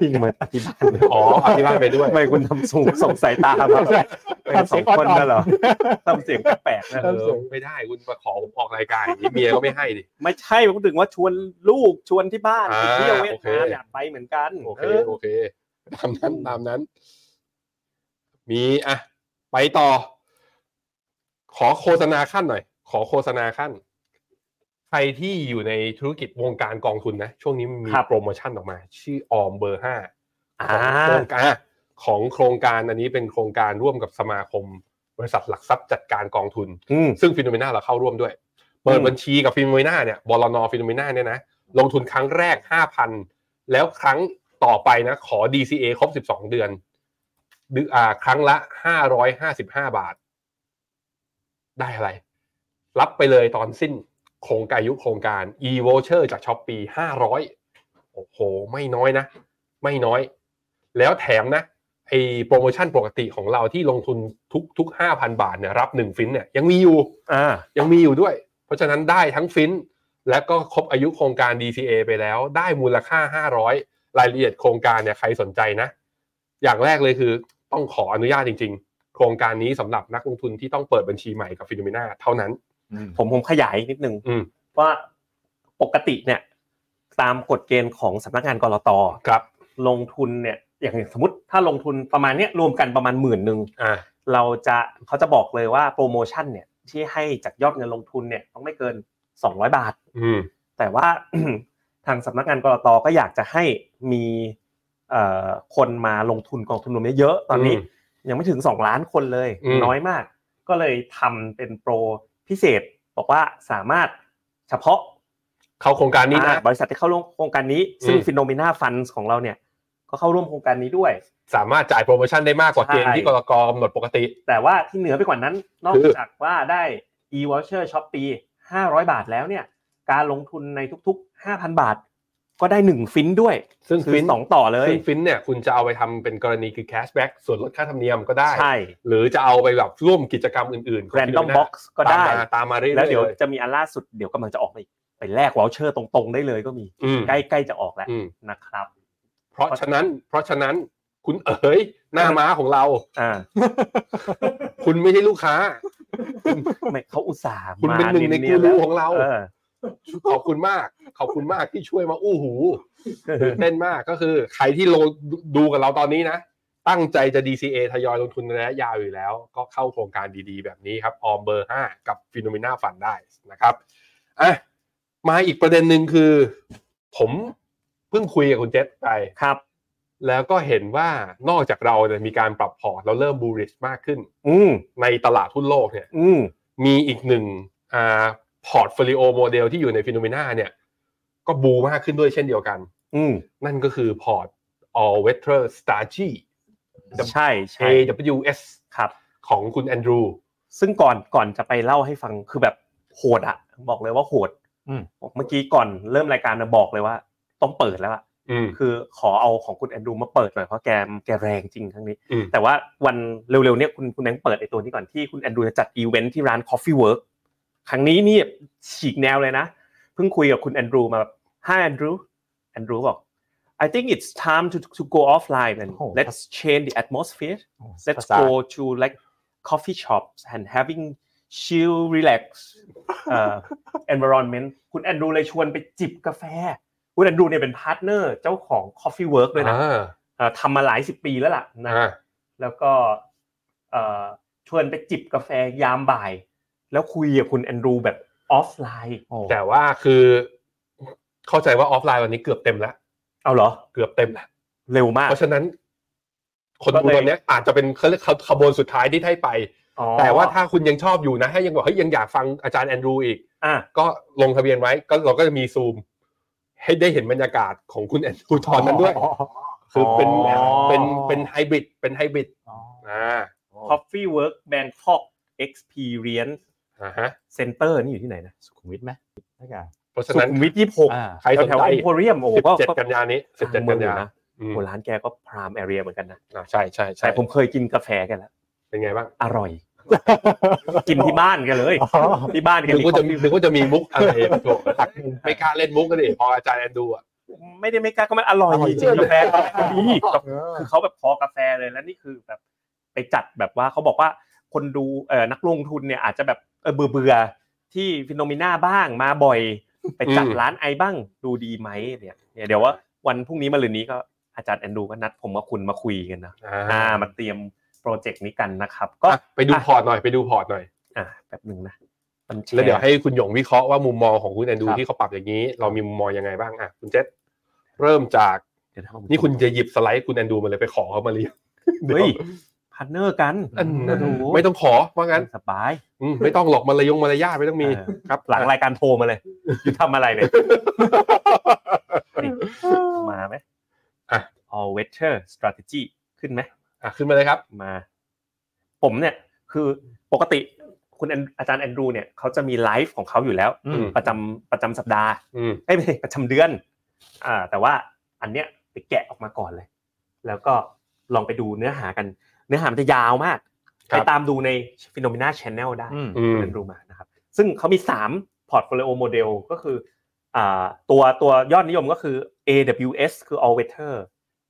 ยิงเหมือนอธิบาย
อ๋ออธิบายไปด้วย
ทำไมคุณทำสูงส่งสายตามาแบบไป
ทำ
ส
เสี
อย ง
งอ่อนๆ
คนน่ะเหรอทำเสียงแปลกๆนะ
เออไม่ได้คุณมาขอผมออกรายการอย่างนี้เมียก็ไม่ให้ดิ
ไม่ใช่ผมถึงว่าชวนลูกชวนที่บ้าน
อ่า
ไปเที่ยวเวียดนาม
โอเค
อยากไปเหมือนกัน
โอเค
เออ
โอเคตามนั้นตามนั้น มีอ่ะไปต่อ ขอโฆษณาขั้นหน่อย ขอโฆษณาขั้น ใครที่อยู่ในธุรกิจวงการกองทุนนะ ช่วงนี้มีโปรโมชั่นออกมา ชื่อออมเบอร์ห้า
อ่า
ของโครงการของโครงการอันนี้เป็นโครงการร่วมกับสมาคม บริษัทหลักทรัพย์จัดการกองทุน
อืม
ซึ่งฟิโนเมนาเราเข้าร่วมด้วย เปิดบัญชีกับฟิโนเมนาเนี่ยบลนฟิโนเมนาเนี่ยนะลงทุนครั้งแรก 5,000 แล้วครั้งต่อไปนะขอ DCA ครบ 12 เดือนดืออ่าครั้งละ 555 บาท ได้อะไร รับไปเลยตอนสิ้นโครงการยุคโครงการ e-voucher จากช้อปปี500 โอ้โห ไม่น้อยนะ ไม่น้อย แล้วแถมนะไอโปรโมชั่นปกติของเราที่ลงทุนทุกทุก5,000 บาทเนี่ยรับ 1 ฟินเนี่ยยังมีอยู่
อ่า
ยังมีอยู่ด้วย เพราะฉะนั้นได้ทั้งฟินและก็ครบอายุโครงการ DCA ไปแล้ว ได้มูลค่า 500 รายละเอียดโครงการเนี่ยใครสนใจนะ อย่างแรกเลยคือต้องขออนุญาตจริง ๆ โครงการนี้สำหรับนักลงทุนที่ต้องเปิดบัญชีใหม่กับฟิโนเมนาเท่านั้น
อืม
ผมผมขยายนิดนึง
อืม
ว่าปกติเนี่ย ตามกฎเกณฑ์ของสำนักงานกรต
ครับ
ลงทุนเนี่ย อย่างสมมติถ้าลงทุนประมาณเนี้ยรวมกันประมาณหมื่นหนึ่ง
อ่า
เราจะเขาจะบอกเลยว่าโปรโมชั่นเนี่ย ที่ให้จากยอดเงินลงทุนเนี่ยต้องไม่เกิน 200 บาท
อืม
แต่ว่า ทางสำนักงานกรตก็อยากจะให้มีเอ่อคนมาลงทุนกองทุนรวมเยอะๆตอนนี้
อืม
ยังไม่ถึง 2 ล้านคนเลย
อืม
น้อยมาก ก็เลยทำเป็นโปรพิเศษ บอกว่าสามารถเฉพาะ
เข้าโครงการนี้นะ
อ่าบริษัทที่เข้าร่วมโครงการนี้
อืม
ซึ่งฟิโนเมนาฟันของเราเนี่ยก็เข้าร่วมโครงการนี้ด้วย
สามารถจ่ายโปรโมชั่นได้มากกว่าเกณฑ์ที่
ใช่
กรกกำหนดปกติ
แต่ว่าที่เหนือไปกว่านั้น นอก
คือ
จากว่าได้ e-voucher ช้อปปี500 บาทแล้วเนี่ย การลงทุนในทุกๆ 5,000 บาท ก็ได้ 1 ฟินด้วย
ซึ่ง
ซื้
ฟิ
อน สองต่อเลย
ซึ่งฟินเนี่ยคุณจะเอาไปทำเป็นกรณีคือแคชแบ็กส่วนลดค่าธรรมเนียมก็ได้
ใช่
หรือจะเอาไปแบบร่วมกิจกรรมอื่นๆของ
random
Phenomenon
box ก็ได้
ตามมาตามมาเรื่อยๆ
แล้วเดี๋ยว
เลย
จะมีอันล่าสุดเดี๋ยวกำลังจะออกมาอีกไปแลกวอลเชอร์ตรงๆได้เลยก็มี
อืม
ใกล้ๆจะออกแล้ว
อืม
นะครับ
เพราะฉะนั้น เพราะฉะนั้นคุณเอ๋ยหน้าม้าของเรา
อ่า
คุณไม่ใช่ลูกค้า
ไม่เขาอุตส่าห์
คุณ
มา
เป็นหนึ่งในกู
ยๆ
รู
แล้ว
ของเรา
เออ
ขอบคุณมาก ขอบคุณมากที่ช่วยมาอู้หูตื่นเต้นมากก็คือ ใครที่ลงดูกับเราตอนนี้นะ ตั้งใจจะ DCA ทยอยลงทุนในระยะยาวอยู่แล้ว ก็เข้าโครงการดีๆ แบบนี้ครับออมเบอร์5กับฟิโนเมนาฟันได้นะครับอ่ะมาอีกประเด็นหนึ่งคือ ผมเพิ่งคุยกับคุณเจษไป
ครับ
แล้วก็เห็นว่านอกจากเราเนี่ยมีการปรับพอร์ตเราเริ่มบูริชมากขึ้น
อืม
ในตลาดหุ้นโลกเนี่ย
อืม
มีอีกหนึ่งอ่าพอร์ตโฟลิโอโมเดลที่อยู่ในฟิโนเมนาเนี่ย ก็บูมากขึ้นด้วยเช่นเดียวกัน
อืม
นั่นก็คือพอร์ต All Weather Strategy
ใช่ใช่
AWS
ครับ
ของคุณแอนดรู
ซึ่งก่อนก่อนจะไปเล่าให้ฟังคือแบบโหดอะบอกเลยว่าโหด
อืม
เมื่อกี้ก่อนเริ่มรายการน่ะบอกเลยว่า ต้องเปิดแล้วอะ
อืม
คือขอเอาของคุณแอนดรูมาเปิดหน่อยเพราะแกแกแรงจริงครั้งนี้
อืม
แต่ว่าวันเร็วๆเนี่ยคุณคุณแองเปิดไอตัวนี้ก่อนที่คุณแอนดรูจะจัดอีเวนท์ที่ร้าน Coffee Work ครั้งนี้นี่ฉีกแนวเลยนะ เพิ่งคุยกับคุณแอนดรูมาแบบ Hi Andrew แอนดรูบอก I think it's time to to go offline and
โอ้โห
let's change the atmosphere
โอ้
let's
ภาษา
go to like coffee shops and having chill relax เอ่ อ environment คุณแอนดรูเลยชวนไปจิบกาแฟ คุณแอนดรูเนี่ยเป็นพาร์ทเนอร์เจ้าของ coffee work ด้วยนะ
อ่า
เอ่อทำมาหลายสิบปีแล้วล่ะนะ
อ่า
แล้วก็เอ่อชวนไปจิบกาแฟยามบ่าย แล้วคุยกับคุณแอนดรูแบบออฟไลน์
โอ้
แต่ว่าคือ เข้าใจว่าออฟไลน์วันนี้เกือบเต็มแล้ว
เอาเหรอ
เกือบเต็มแล้ว
เร็วมาก
เพราะฉะนั้น คน
ก็
ดู
เลย
วันเนี้ยอาจจะเป็นเขาเรียกขบวนสุดท้ายที่ให้ไป
อ๋อ
แต่ว่าถ้าคุณยังชอบอยู่นะถ้ายังบอกเฮ้ยยังอยากฟังอาจารย์แอนดรูอีก
อ่ะ
ก็ลงทะเบียนไว้ก็เราก็จะมีซูม ให้ได้เห็นบรรยากาศของคุณแอนดรูตอนนั้นด้วย
อ๋อ
คือเป็น
อ๋อ
เป็นเป็นไฮบริดเป็นไฮบริด
อ๋อ
อ่า
อ๋อ
Coffee Work Bangkok Experience
อ่าฮะ
Center นี่อยู่ที่ไหนนะ
สุขุมวิทไหมนักการ
เพราะ
สุ
ฉะนั้น
ขุมวิทยี่หก
อ่า
ใครสน
แถว
ใจ
ๆ e อ p โ r เรียมโอ้โหก็
17
ก็
กันยานี้ 17 กันยา
นะ
อื
โอ้
ม
โหร้านแกก็พรามแอเรียเหมือนกันนะ
อ่าใช่ใช่ใช่
แต่ผมเคยกินกาแฟแกันแล้ว
เป็นไงบ้าง
อร่อย กินที่บ้านแกันเลย ที่บ้านแก
นึก
มี
ว่าจะมี
coffee
นึกว่าจะมีมุก อะไรโถตักไม่กล้าเล่นมุกกันดิพออาจารย์แอนดูอ่ะ
ไม่ได้ไม่กล้าก็มันอร่อย
อร่อย
จริง
จริง
กาแฟเขาดีคือเขาแบบพอกาแฟเลยแล้วนี่คือแบบไปจัดแบบว่าเขาบอกว่าคนดูเอ่อนักลงทุนเนี่ยอาจจะแบบเออเบื่อเบื่อที่ฟิโนมิน่าบ้างมาบ่อย ไปจัดร้านไอบ้างดูดีไหมเนี่ยเนี่ยเดี๋ยวว่าวันพรุ่งนี้มะรืนนี้ก็อาจารย์แอนดรูก็นัดผมกับคุณมาคุยกันนะอ่ามาเตรียมโปรเจกต์นี้กันนะครับ ก็
อ่ะไปดูพอร์ตหน่อยไปดูพอร์ตหน่อย
อ่ะแบบหนึ่งนะมันชร์
แล้วเดี๋ยวให้คุณหยงวิเคราะห์ว่ามุมมองของคุณแอนดู
ครับ
ที่เขาปรับอย่างนี้ เรามีมุมมองยังไงบ้างอ่ะคุณเจษเริ่มจาก
เดี๋ยวะรับ
นี่คุณจะหยิบสไลด์คุณแอนดูมาเลยไปขอเขามาเรียง
เฮ้ยพาร์ทเนอร์กัน
อันนั้น
โโห
ไม่ต้องขอว่างั้น
สบาย
อืมไม่ต้องหลอกมารยงมารยาทไม่ต้องมี
เออ
ครับ
หลังรายการโทรมาเลยอยู่ทำอะไรเนี่ย มาไหม
อ่ะ
all weather strategy ขึ้นไหม
อ่ะขึ้นมาเลยครับ
มา ผมเนี่ยคือปกติคุณแอนอาจารย์แอนดรูเนี่ยเขาจะมีไลฟ์ของเขาอยู่แล้ว
อืม
ประจำประจำสัปดาห์
อืม
เอ้ยไม่ใช่ประจำเดือน อ่า แต่ว่าอันเนี้ยไปแกะออกมาก่อนเลย แล้วก็ลองไปดูเนื้อหากัน เนื้อหามันจะยาวมาก
ครั
ไป
บ
ตามดูใน Phenomena Channel ได้
อืม
อืม
เรียนรู้มานะครับซึ่งเขามี 3 portfolio model ก็คืออ่าตัวตัวยอดนิยมก็คือ AWS คือ all weather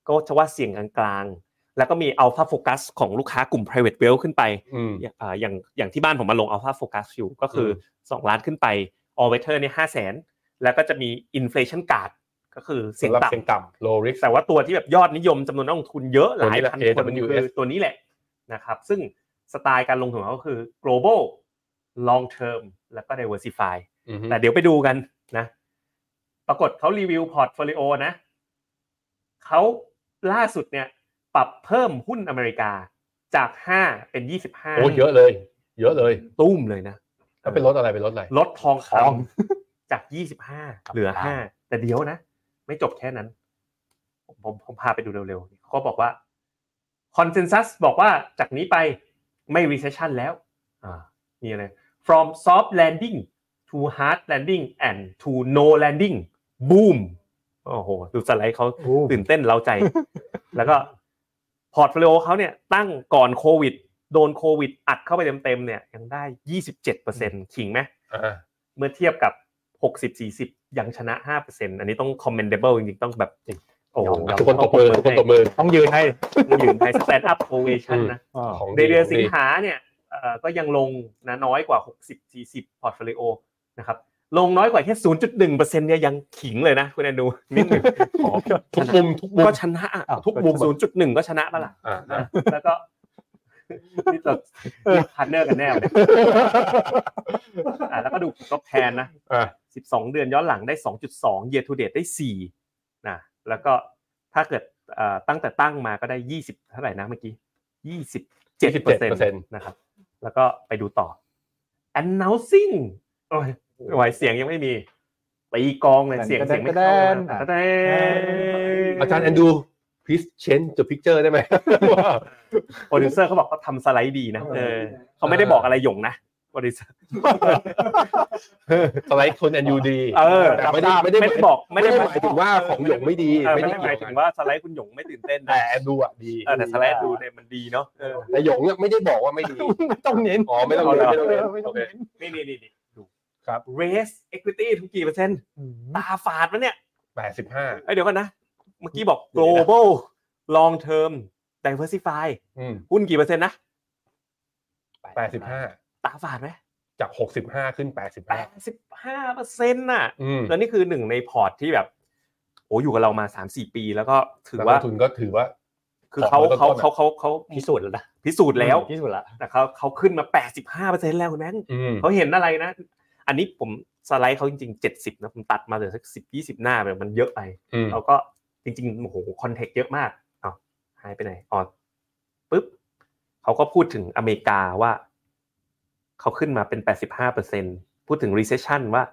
ก็จะว่าเสี่ยงกลางๆ แล้วก็มี Alpha Focus ของลูกค้ากลุ่ม private wealth ขึ้นไป
อืม
อ่าอย่างอย่างที่บ้านผมมาลง Alpha Focus อยู่ก็คือ
ม
2 ล้านขึ้นไป all weather เนี่ยห้าแสนแล้วก็จะมี inflation guard ก็คือเสี่ยง
สำหรับ
ต่ำ
เสียงต่ำ low risk
แต่ว่าตัวที่แบบยอดนิยมจำนวนนักลงทุนเยอะหลายพันค
ตัวน นี้แหละ AWS
คือตัวนี้แหละนะครับ ซึ่งสไตล์การลงทุนของเขาก็คือ global long term แล้วก็ diversify
อือฮึ
แต่เดี๋ยวไปดูกันนะ ปรากฏเขารีวิวพอร์ตโฟลิโอนะ เขาล่าสุดเนี่ยปรับเพิ่มหุ้นอเมริกาจาก 5 เป็น 25
โอ้เยอะเลย เยอะเลย
ตุ้มเลยนะ
แล้วเป็นรถอะไรเป็นรถอะไร
ลดทองค
ทอง
ำจาก 25 เหลือ 5 แต่เดี๋ยวนะ ไม่จบแค่นั้น ผมผมผมพาไปดูเร็วๆเขาบอกว่าคอนเซน s ซ s บอกว่าจากนี้ไปไม่ recession แล้ว อ่ามีอะไร from soft landing to hard landing and to no landing boom โอ้โห ดูสไลด์เขา
โอ้
ตื่นเต้นเร้าใจ แล้วก็พอร์ตโฟลิโอเขาเนี่ยตั้งก่อนโควิด โดนโควิด อัดเข้าไปเต็มๆเนี่ยยังได้ 27%ขิงไหม
อ่า
เมื่อเทียบกับ 60 40 ยังชนะ 5%อันนี้ต้อง commendable จริงๆ ต้องแบบโอ้โห
ทุกคนตบมือทุกคนตบมือ
ต้องยืนให้
ต้องยืนให้ stand up ovation นะ
อ๋อ
ของ
ในเดือน
ข
สิ
ดี
งหาเนี่ยเอ่อก็ยังลงนะน้อยกว่า 60 40 portfolio นะครับ ลงน้อยกว่าแค่ 0.1%เนี่ยยังขิงเลยนะ คุณแอนดูนิดหนึง
ทุกมุมทุกมุม
ก็ชนะอ่ะ
อ้าว
ทุกมุม 0.1 ก็ชนะปะล่ะ
อ่า
นะแล้วก็นี่เราพาร์ทเนอร์กันแน่วะเนี่ยอ่ะแล้วก็ดูผลตอบแทนนะ
อ่า
12 เดือนย้อนหลังได้ 2.2 year to date ได้4นะแล้วก็ถ้าเกิดเอ่อตั้งแต่ตั้งมาก็ได้ 20 เท่าไหร่นะเมื่อกี้ 27เปอร์เซ็นต์นะครับ แล้วก็ไปดูต่อ announcing โอ้ยไม่ไหวเสียงยังไม่มีตีกลองเลยเสียงเสียงไม่เข้านะแต่
อาจารย์แอนดู please change the picture ได้ไหม
โปรดิวเซอร์เขาบอกเขาทำสไลด์ดีนะเออเขาไม่ได้บอกอะไรหยงนะโปรดิวเซอร์
สไลด์คนแอนยูดี
เออ
แต่ไม่ได้ไม่ได้
ไม่ได้บอก
ไม่
ไม่
ได้
ได้
หมายถึงว่าของหยงไม่ดี
เออไม่ได้
เกี่
หมา
วย
ถึงว่าสไลด์คุณหยงไม่ตื่นเต้น
แต่
นะ
แอนดูอ่ะดี
เออแต่สไลด์ดูเนี่ยมันดีเนาะเออ
แต่หยงเนี่ยไม่ได้บอกว่าไม่ ดี
ไม่ต้องเน้น
อ๋อไม่ต้องเรียนไม่ต้องเรียน
ไม่ต้องเน้น
นี่นี่นี่นี่ดู
ครับ
raise equity ทุกกี่เปอร์เซ็นต์
อืม
ตาฝาดมันเนี่ย
แปดสิบห้า
เอ้ยเดี๋ยวกันนะ เมื่อกี้บอก global long term diversify
อืม
หุ้นกี่เปอร์เซ็นต์นะ
แปดสิบห้า
ตาฝาดไหม
จากหกสิบห้าขึ้นแปดสิบ
แป
ห้า
ดสิบห้าเปอร์เซ็นต์น่ะ
อืม
แล้วนี่คือหนึ่งในพอร์ตที่แบบโอ้อยู่กับเรามาสามสี่ปี แล้วก็ถือ
แล้ว
ว่า
นักทุนก็ถือว่า
คือเขา
ของ
เขา
เราต้นๆอะ
เขาเขาเขา
พิสูจน์แล้วนะ
พิสูจน์แล้ว
พิสูจน์แล้ว
แต่เขาเขาขึ้นมาแปดสิบห้าเปอร์เซ็นต์แล้วคุณแม่ง
อืม
เขาเห็นอะไรนะ อันนี้ผมสไลด์เขาจริงๆเจ็ดสิบนะผมตัดมาเหลือสักสิบยี่สิบหน้าแบบมันเยอะไป
อืม
เราก็จริงๆโอ้โหคอนเทกต์เยอะมากเอาหายไปไหนอ๋อปุ๊บเขาก็พูดถึงอเมริกาว่า เขาขึ้นมาเป็น 85เปอร์เซ็นพูดถึง recession ว่า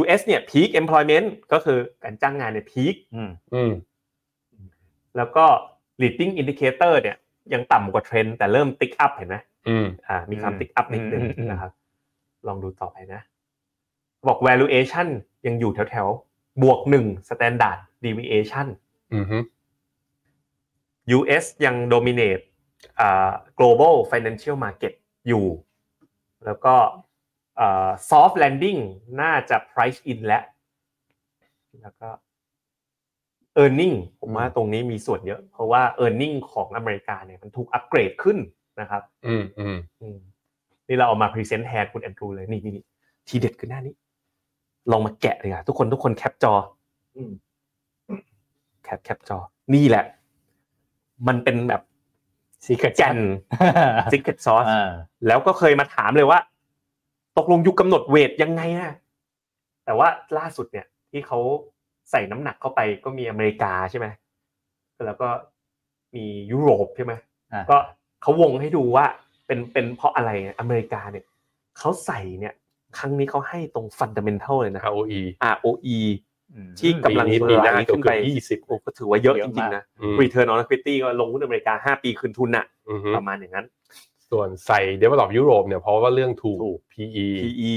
US เนี่ย peak employment ก็คือการจ้างงานเนี่ย peak
อืม
อืม
แล้วก็ leading indicator เนี่ย ยังต่ำกว่าเทรนด์แต่เริ่ม tick up เห็นไหม
อืม
อ่า มีคำ tick up นิดนึง
อืมอืม
นะครับ ลองดูต่อไปนะ บอก valuation ยังอยู่แถวๆ บวก 1 standard deviation
อืมฮึ
US ยัง dominate อ่า global financial market อยู่ แล้วก็อ่า soft landing น่าจะ price in แล้ว แล้วก็ earning ผมว่าตรงนี้มีส่วนเยอะ เพราะว่า earning ของอเมริกาเนี่ยมันถูกอัปเกรดขึ้นนะครับ
อืมอืม
อืมนี่เราเอามา present แทนคุณแอนดรูเลยนี่นี่นี่ทีเด็ดคือหน้านี้ ลองมาแกะเลยค่ะทุกคนทุกคนแคปจอ
อืม
แคปแคปจอ นี่แหละ มันเป็นแบบ
ซีก
แก่น ซิกเก็ตซอสแล้วก็เคยมาถามเลยว่า ตกลงยุคกำหนดเวทยังไงนะแต่ว่าล่าสุดเนี่ย ที่เขาใส่น้ำหนักเข้าไปก็มีอเมริกาใช่ไหมแล้วก็มียุโรปใช่ไหมก็เขาวงให้ดูว่าเป็นเป็นเพราะอะไรเนี่ยอเมริกาเนี่ยเขาใส่เนี่ย ครั้งนี้เขาให้ตรงฟันเดเมนทัลเลยนะค
ฮา
รับ
โออี
ROE ที่กำลัง
ปีนี้ปีหน้า
ไหลขึ้น
เกื
ไป
อบๆ20
โอ้ก็ถือว่าเยอะ
เย
จ
อะ
ริ
มาก
งๆนะ
อืม
Return on Equity ก็ลงหุ้นอเมริกาห้าปีคืนทุนน่ะ
อือฮึ
ประมาณอย่างนั้น
ส่วนใส่ develop ยุโรปเนี่ยเพราะว่าเรื่องถูก
ถูก
PE
PE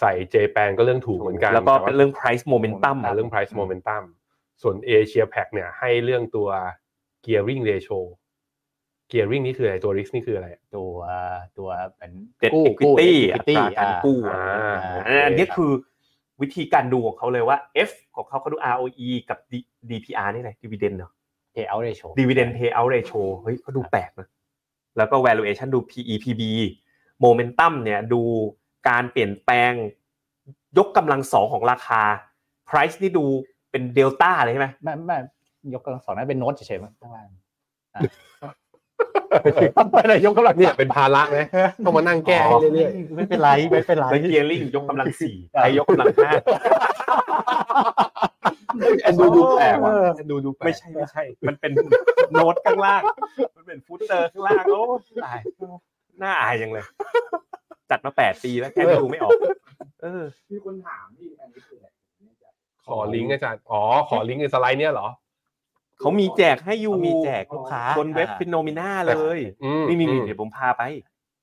ใส่เจแปนก็เรื่องถูกเหมือนกัน
แล้วก็
ต่า
เป็นเรื่อง price momentum
อ่าเรื่อง price momentum ส่วน Asia Pac เนี่ยให้เรื่องตัว gearing ratio gearing นี่คืออะไร ตัว risk นี่คืออะไร
ตัวตัวเป็น
debt
กู้
equity อัต
equity
ราการกู้
อ่า
อันนี้คือวิธีการดูของเขาเลยว่า F ของเขาเขาดู ROE กับ D- DPR นี่แหละ dividend เนาะ
เทเอาเรโช
dividend payout ratio เฮ้ยเขาดูแปลกนะแล้วก็ valuation ดู PE PB momentum เนี่ยดูการเปลี่ยนแปลงยกกำลังสองของราคา price นี่ดูเป็นเดลต้าเลยใช่ไหม
ไม่ไม่ยกกำลังสองนั้นเป็นโน้ตเฉยๆมั้งข้างล่างอ่ะ ไม่ได้ยกกำลัง
เนี่ยเป็นภาระไหมต้องมานั่งแก้ให้เรื่อย
ไม่เป็นไรไม่เป็นไร
แล้วเกียร์ลิงยกกำลั งสี่ไทยยกกำลังห้า
ๆแอนดูดูแปลกว่ะ
เออ
แอนดูดูแปลก
ไม่ใช่ไม่ใช่ มันเป็น โน้ตข้างล่าง มันเป็นฟุตเตอร์ข้างล่างโอ้ตายน่าอายจังเลย จัดมาแปดปีแล้วแค่ดูไม่ออก เออ
มีคนถามที่อันนี้คืออะไร
ขอลิงก์อาจารย์ อ๋อ ขอลิงก์ในสไลด์เนี่ยเหรอ
เขามีแจกให้อยู่
เขามีแจกลูกค้า
บนเว็บฟิโนมิน่าเลย
อืม
นี่นี่นี่
อืม
เดี๋ยวผมพาไป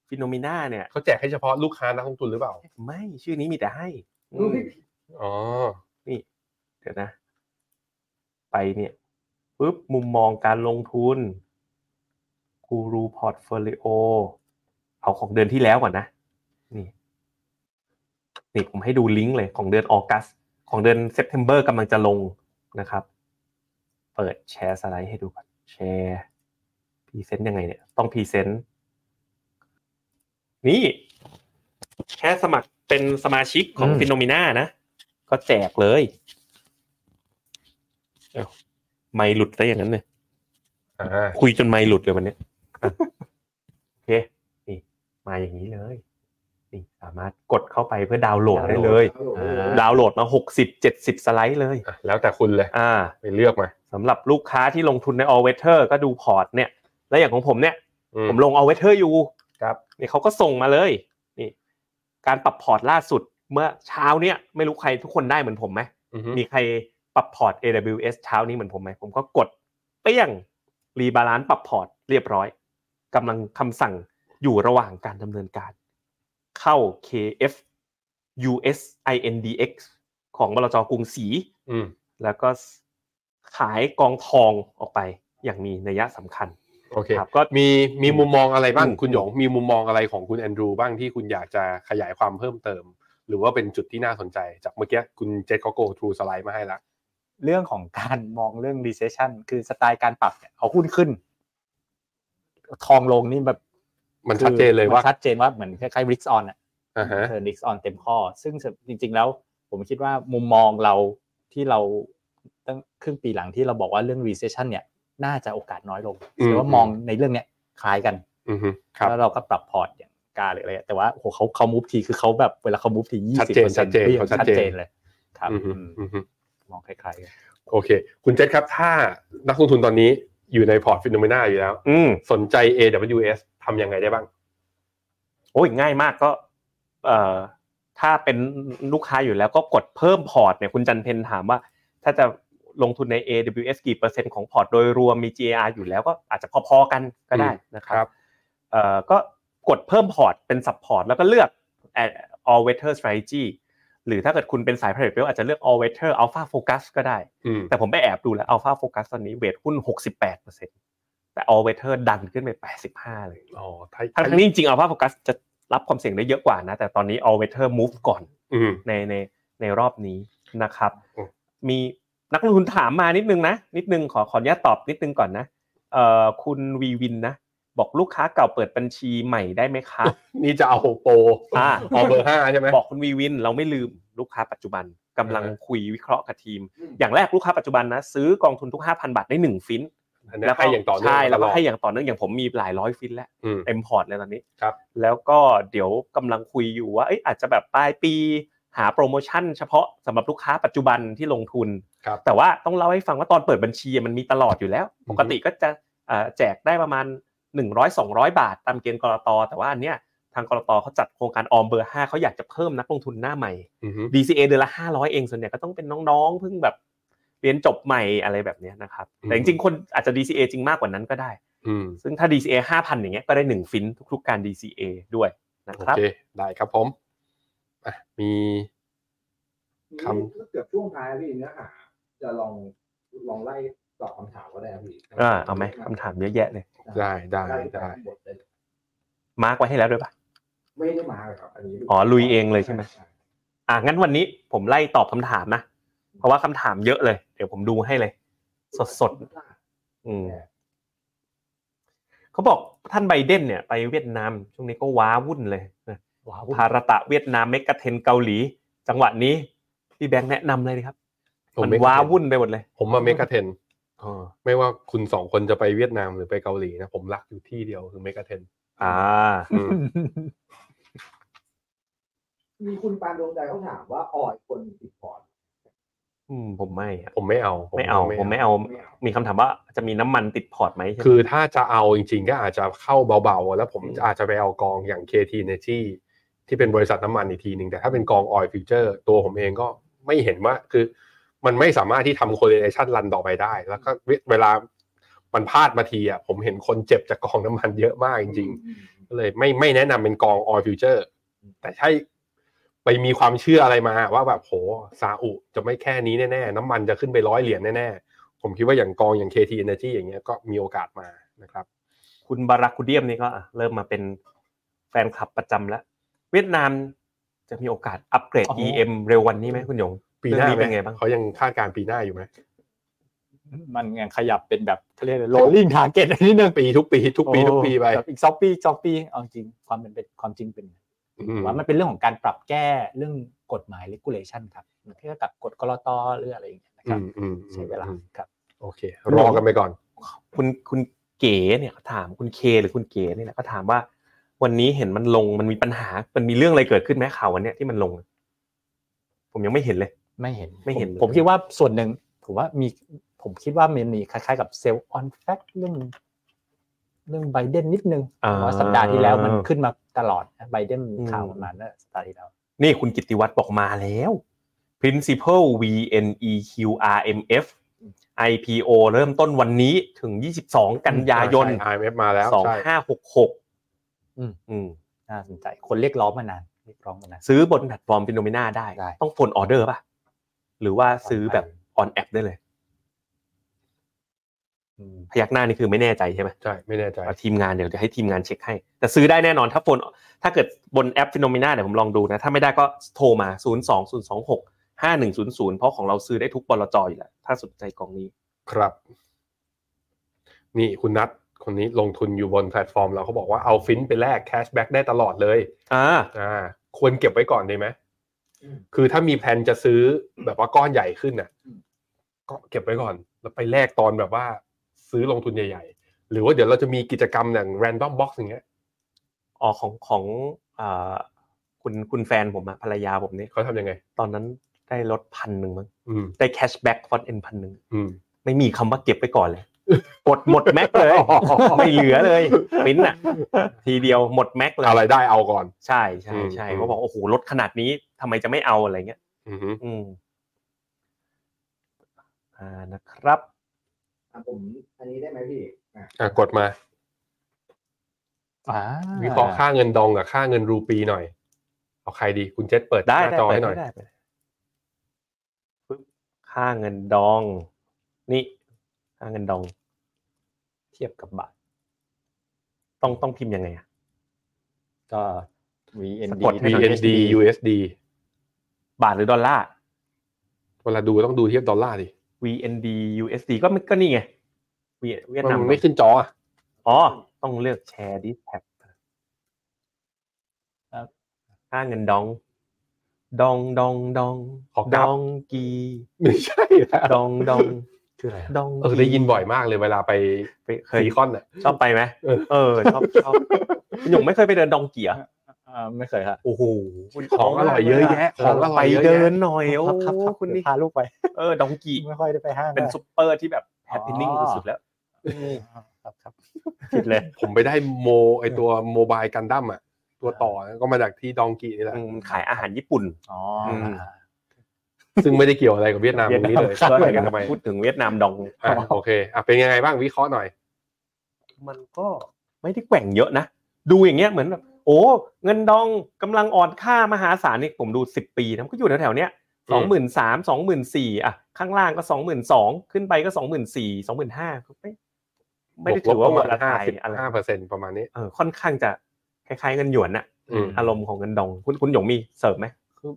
ฟิโนมิน่าเนี่ย
เขาแจกให้เฉพาะลูกค้านักลงทุนหรือเปล่า
ไม่ชื่อนี้มีแต่ให้อืม
อ๋อ
เดี๋ยวนะ ไปเนี่ยปุ๊บมุมมองการลงทุนกูรูพอร์ตโฟลิโอเอาของเดือนที่แล้วก่อนนะ นี่ นี่ผมให้ดูลิงก์เลยของเดือนออกัส ของเดือนเซปเทมเบอร์กำลังจะลงนะครับ เปิดแชร์สไลด์ให้ดูก่อนแชร์พรีเซนต์ยังไงเนี่ย ต้องพรีเซนต์นี่ แค่สมัครเป็นสมาชิกของ
อืม
ฟิโนมิน่านะ ก็แจกเลยเอ้าไม่หลุดซะอย่างนั้นเลย
อ่า
คุยจนไม่หลุดเลยวันเนี้ยอ่ะโอเค นี่ มาอย่างนี้เลย นี่สามารถกดเข้าไปเพื่อดาวน์โหลดได้เลย
ฮัลโหล
อ่า
ดาวน์โหลดมาหกสิบเจ็ดสิบสไลด์เลย
อ่ะแล้วแต่คุณเลย
อ่า
ไปเลือกมา
สำหรับลูกค้าที่ลงทุนใน All Weather ก็ดูพอร์ตเนี่ย และอย่างของผมเนี่ย
อื
ผมลง All Weather อยู่
ครับ
นี่เขาก็ส่งมาเลย นี่ การปรับพอร์ตล่าสุดเมื่อเช้าเนี่ย ไม่รู้ใครทุกคนได้เหมือนผมไหม
อือฮึ
มีใครปรับพอร์ต AWS เช้านี้เหมือนผมไหม ผมก็กดเปี้ยงรีบาลานซ์ปรับพอร์ตเรียบร้อยกำลังคำสั่งอยู่ระหว่างการดำเนินการ เข้า KF USINDX ของบลจกรุงศรี
อืม
แล้วก็ขายกองทองออกไปอย่างมีนัยสำคัญ
โอเค
ครับก็
มีมีมุมมองอะไรบ้าง
อืม
คุณหยงมีมุมมองอะไรของคุณแอนดรูบ้างที่คุณอยากจะขยายความเพิ่มเติม หรือว่าเป็นจุดที่น่าสนใจ จากเมื่อกี้คุณเจษเขาโกทรูสไลด์มาให้ละ
เรื่องของการ มองเรื่อง recession คือสไตล์การปรับเนี่ยเอาหุ้นขึ้น ทองลงนี่แบบ
มันชัดเจนเลยว่า
มัชัดเจนว่าเหมือนคล้ายๆ risk on อะ
อ่าฮะ
เทอร์นิกซ์ออนเต็มข้อ ซึ่งจริงๆแล้วผมคิดว่ามุมมองเราที่เราตั้งครึ่งปีหลังที่เราบอกว่าเรื่อง recession เนี่ย น่าจะโอกาสน้อยลง
อืม
แือว่ามองในเรื่องเนี้ยคล้ายกัน
อือฮึครับ
แล้วเราก็ปรับพอร์ตอย่างกาหรืออะไรแต่ว่าโหเขาเขามูฟทีคือเขาแบบเวลาเขามูฟทียี่
ชั
สิบ
ดเจน
เปอร์
ชัดเจนเขา
เซ็นต์
ชั
ชั
ด
ด
เจ
เจ
น
นเลย ครับ
อือฮึ
อืม
อือฮึ
มองคล้ายๆกัน
โอเค คุณเจษครับถ้านักลงทุนตอนนี้อยู่ในพอร์ตฟิโนเมนาอยู่แล้ว
อืม
สนใจ AWS ทำยังไงได้บ้าง
โอ้ยง่ายมากก็เอ่อถ้าเป็นลูกค้าอยู่แล้วก็กดเพิ่มพอร์ตเนี่ยคุณจันเพนถามว่า ถ้าจะลงทุนใน AWS กี่เปอร์เซ็นต์ของพอร์ตโดยรวมมี GAR อยู่แล้วก็อาจจะพอๆกันก็ได้นะค
ครั
รับบ เอ่อก็กดเพิ่มพอร์ตเป็น Support แล้วก็เลือก all weather strategy หรือถ้าเกิดคุณเป็นสาย private wealth อาจจะเลือก all weather alpha focus ก็ได้
อืม
แต่ผมไปแอบดูแล้ว alpha focus ตอนนี้เวทหุ้น 68%แต่ all weather ดันขึ้นไป 85เลย
อ๋อไทย
ทั้งนี้จริงๆ Alpha Focus จะรับความเสี่ยงได้เยอะกว่านะ แต่ตอนนี้ All Weather Move ก่อน
อืม
ในในในรอบนี้นะครับ
อืม
มีนักลงทุนถามมานิดนึงนะ นิดนึงขอขออนุญาตตอบนิดนึงก่อนนะเอ่อคุณวีวินนะ บอกลูกค้าเก่าเปิดบัญชีใหม่ได้ไหมครับ
นี่จะเอา โปร
อ่า
เอาเบอร์ห้าใช่ไหม
บอกคุณวีวินเราไม่ลืมลูกค้าปัจจุบันกำลัง
อือฮะ
คุยวิเคราะห์กับทีม
อืม
อย่างแรกลูกค้าปัจจุบันนะซื้อกองทุนทุก 5,000 บาทได้หนึ่งฟิน
อันนี้ให้อย่างต่อเนื่อง
ใช่แล้วก็
ตอด
ให้อย่างต่อเนื่องอย่างผมมีหลายร้อยฟินแล้ว
อืม
เต็มพอร์ตเลยตอนนี้
ครับ
แล้วก็เดี๋ยวกำลังคุยอยู่ว่าเอ้ยอาจจะแบบปลายปีหาโปรโมชั่นเฉพาะสำหรับลูกค้าปัจจุบันที่ลงทุน
ครับ
แต่ว่าต้องเล่าให้ฟังว่าตอนเปิดบัญชีมันมีตลอดอยู่แล้ว
อือฮึ
ปกติก็จะเอ่อแจกได้ประมาณ 100 200 บาทตามเกณฑ์กรตแต่ว่าอันเนี้ยทางกรตเขาจัดโครงการออมเบอร์5เขาอยากจะเพิ่มนักลงทุนหน้าใหม่
อืม
DCA เดือนละ500 เองส่วนใหญ่ก็ต้องเป็นน้องๆเพิ่งแบบเรียนจบใหม่อะไรแบบเนี้ยนะครับแต่จริงๆคนอาจจะ DCA จริงมากกว่านั้นก็ได้
อืม
ซึ่งถ้า DCA 5,000 อย่างเงี้ยก็ได้ 1 ฟินทุกๆการ DCA ด้วยนะ
โอ
ครับ
เค ได้ครับผม อ่ะ มี ครับ
นี่เกือบช่วงท้ายพี่เนื้อหาจะลองลองไล่ตอบคำถามก็ได้ครับพี่
อ่าเอาไหมคำถามเยอะแยะเลย
ได้ได้
ได้
ได้
หมดเลย
มาร์กไว้ให้แล้วด้วยปะ
ไม่ได้มาครับอันนี้
อ๋อลุยเองเลยใช่ไหม อ่ะ งั้นวันนี้ผมไล่ตอบคำถามนะ เพราะว่าคำถามเยอะเลย เดี๋ยวผมดูให้เลย สดๆ อืมเขาบอกท่านไบเดนเนี่ยไปเวียดนาม ช่วงนี้ก็ว้าวุ่นเลยนะภารตะเวียดนามเมกะเทนเกาหลี จังหวะนี้พี่แบงค์แนะนำเลยดีครับ
ผม
มัน
Mega
ว้า
Trend
วุ่นไปหมดเลย
ผมมาเมกาเทนไม่ว่าคุณสองคนจะไปเวียดนามหรือไปเกาหลีนะ ผมรักอยู่ที่เดียวคือเม กาเทน
อ่า
อืม
มีคุณปานดวงใจเขาถามว่าออยคนติดพอร์ต
อืมผมไม่อะ
ผมไม่เอา
ไม่เอา ผมไม่เอา
ไม่เอา
มีคำถามว่าจะมีน้ำมันติดพอร์ตไหมใช่ไหม
คือถ้าจะเอาจริงๆ ก็อาจจะเข้าเบาๆ แล้วผมอาจจะไปเอากองอย่าง KT Energy ที่เป็นบริษัทน้ำมันอีกทีหนึ่งแต่ถ้าเป็นกองออยฟิวเจอร์ตัวผมเองก็ไม่เห็นว่าคือมันไม่สามารถที่ทำ correlation รันต่อไปได้ แล้วก็เวลามันพลาดมาทีอ่ะผมเห็นคนเจ็บจากกองน้ำมันเยอะมากจริง ๆ ก็เลยไม่ไม่แนะนำเป็นกองออยฟิวเจอร์แต่ใช่ไปมีความเชื่ออะไรมาว่าแบบโหซาอุจะไม่แค่นี้แน่ๆ น้ำมันจะขึ้นไปร้อยเหรียญแน่ๆ ผมคิดว่าอย่างกองอย่าง KT Energy อย่างเงี้ยก็มีโอกาสมานะครับ
คุณบารักคูเดียมนี่ก็อ่ะเริ่มมาเป็นแฟนคลับประจำแล้ว เวียดนามจะมีโอกาสอัปเกรด
อ๋อ
EM เร็ววันนี้ไหมคุณหยง
ปีหน้า
เรื่องนี้เป็นไงบ้าง
เขายังคาดการณ์ปีหน้าอยู่ไหม
มันยังขยับเป็นแบบเขาเรียกโรลลิ่งทาร์เก็ตอันนี้นึง
ปีทุกปีทุกปีทุกปีไป
แบบอีกสองปีสองปีเอาจริงความเป็นเป็นความจริงเป็น
อืม
ว่ามันเป็นเรื่องของการปรับแก้เรื่องกฎหมาย regulation ครับเหมือนที่กับกฎกรตหรืออะไรอย่างเงี้ยนะครับ
อืมอืมอืม
ใช้เวลาครับ
โอเค รอกันไปก่อน
คุณคุณเก๋เนี่ยเขาถามคุณเคหรือคุณเก๋เนี่ยนะเขาถามว่า วันนี้เห็นมันลงมันมีปัญหา มันมีเรื่องอะไรเกิดขึ้นไหมข่าววันเนี้ยที่มันลง ผมยังไม่เห็นเลย
ไม่เห็น
ไม่เห็น
ผ
เลย
ผมคิดว่าส่วนหนึ่งผมว่ามีผมคิดว่ามันมีคล้ายๆกับเซลล์ออนแฟกเรื่องเรื่องไบเดนนิดนึง
อ่า
เพราะว่าสัปดาห์ที่แล้วมันขึ้นมาตลอดไบเดนมีข่าวประมาณนั้นสัปดาห์ที่แล้ว
นี่คุณกิตติวัตรบอกมาแล้ว principal VNEQRMF IPO เริ่มต้นวันนี้ถึง 22 กันยายน
ใช่ IMF มาแล้วใช่
2566
อืม
อืม
น่าสนใจคนเรียกร้องมานานเรียกร้องมานาน
ซื้อบนแพลตฟอร์ม h ิโนเมนาได้
ได้
ต้องโฟนออเดอร์ป่ะ หรือว่าซื้อแบบออนแอปได้เลย
อื อืม
พยักหน้านี่คือไม่แน่ใจใช่ไหม
ใช่ไม่แน่ใจ
เอาทีมงานเดี๋ยวจะให้ทีมงานเช็คให้ แต่ซื้อได้แน่นอนถ้าโฟนถ้าเกิดบนแอปฟิโนเมนาเดี๋ยวผมลองดูนะ ถ้าไม่ได้ก็โทรมา 0 2 0 2 6 5 1 0 0 เพราะของเราซื้อได้ทุกบลจอยู่แล้วถ้าสนใจกองนี้
ครับ นี่คุณนัทคนนี้ลงทุนอยู่บนแพลตฟอร์ม เราเขาบอกว่าเอาฟินไปแลกแคชแบ็กได้ตลอดเลย
อ่า
อ่า ควรเก็บไว้ก่อนดีไหม
อืม
คือถ้ามีแผนจะซื้อแบบว่าก้อนใหญ่ขึ้นน่ะ
อืม
ก็เก็บไว้ก่อน แล้วไปแลกตอนแบบว่าซื้อลงทุนใหญ่ๆ หรือว่าเดี๋ยวเราจะมีกิจกรรมอย่าง random box อย่างเงี้ย
อ๋อของของอ่าคุณคุณแฟนผมอะภรรยาผมเนี่ย
เขาทำยังไง
ตอนนั้นได้ลดพันหนึ่งมั้ง
อืม
ได้แคชแบ็กฟอนเอ็นพันหนึ่ง
อืม
ไม่มีคำว่าเก็บไว้ก่อนเลย กดหมดแม็กเลย ไม่เหลือเลยปิ้นอะทีเดียวหมดแม็กเลย
อะไรได้เอาก่อน
ใช่ใช่ใช่
อืม
เขาบอกโอ้โหลดขนาดนี้ทำไมจะไม่เอาอะไรเงี้ย
อือหือ
อืมอ่านะครับ
อ่ะผมอันนี้ได้ไหมพี่อ่ะ
อ่ะกดมา
อ่า
วิเคราะห์ค่าเงินดองกับค่าเงินรูปีหน่อย เอาใครดีคุณเจษเปิดห
ได้
น้า
ได้
จอ
เปิด
ให้หน่อย
ได้เปิดได้ปึ๊บค่าเงินดอง นี่ค่าเงินดอง เทียบกับบาท ต้องต้องพิมพ์ยังไงอะ
ก็ VND
สะกดให้หน่อย
BND USD
บาทหรือดอลลาร์
เวลาดูต้องดูเทียบดอลลาร์ดิ
VND USD ก็ไม่ก็นี่ไง เวียเวียดนาม
มันไม่ขึ้นจออ่ะ
อ๋อ ต้องเลือกแชร์ดิสแท็บ
ครับ
ค่าเงินดอง ดองดองดองดองกี
ไม่ใช่แล้ว
ดองดอง
ชื่ออะไร
ดอง
เออได้ยินบ่อยมากเลยเวลาไป
ไปเคย
ซีคอนอ่ะ
ชอบไปไหม
เออ
เออชอบชอบคุณหยงไม่เคยไปเดินดองเกีย
ไม่เคยครับ
โอ้โห
ของอร่อยเยอะแยะของอร่
ไป
อยเยอะ
เดิ
แยะ
นหน่อยโอ้
ครับรับ
คุณนี่
พาลูกไป
เออดองกี
ไม่ค่อยได้ไปห้าง
เป็น
ด้วย
ซุปเปอร์ที่แบบแฮปปี้นิ่ง
อ๋อ
สุดๆแล้ว
ครับครับ
ผิดเลย
ผมไปได้โมไอตัวโมบายกันดั้มอ่ะ ตัวต่อก็มาจากที่ดองกีนี่แหละ
อืมขายอาหารญี่ปุ่น
อ๋อ
อืม
อ่า
ซึ่งไม่ได้เกี่ยวอะไรกับเวียดนามตรงนี้เลย
ครับ
ไปกันทำไม
พูดถึงเวียดนามดอง
อ่ะโอเคอ่ะเป็นยังไงบ้างวิเคราะห์หน่อย
มันก็ไม่ได้แกว่งเยอะนะ ดูอย่างเงี้ยเหมือนแบบโอ้เงินดองกำลังอ่อนค่ามหาศาลนี่ผมดูสิบปีนะมันก็อยู่แถวๆเนี้ยสองหมื่นสามสองหมื่นสี่อ่ะข้างล่างก็สองหมื่นสองขึ้นไปก็สองหมื่นสี่สองหมื่นห้าไม่ไม่ได้ถือว่าหมดราคาอะไร
ห้าเปอร์เซ็นประมาณนี้
เออค่อนข้างจะคล้ายๆเงินหยวนน่ะ
อืม
อารมณ์ของเงินดอง คุณคุณหยงมีเสริมไหม
คือ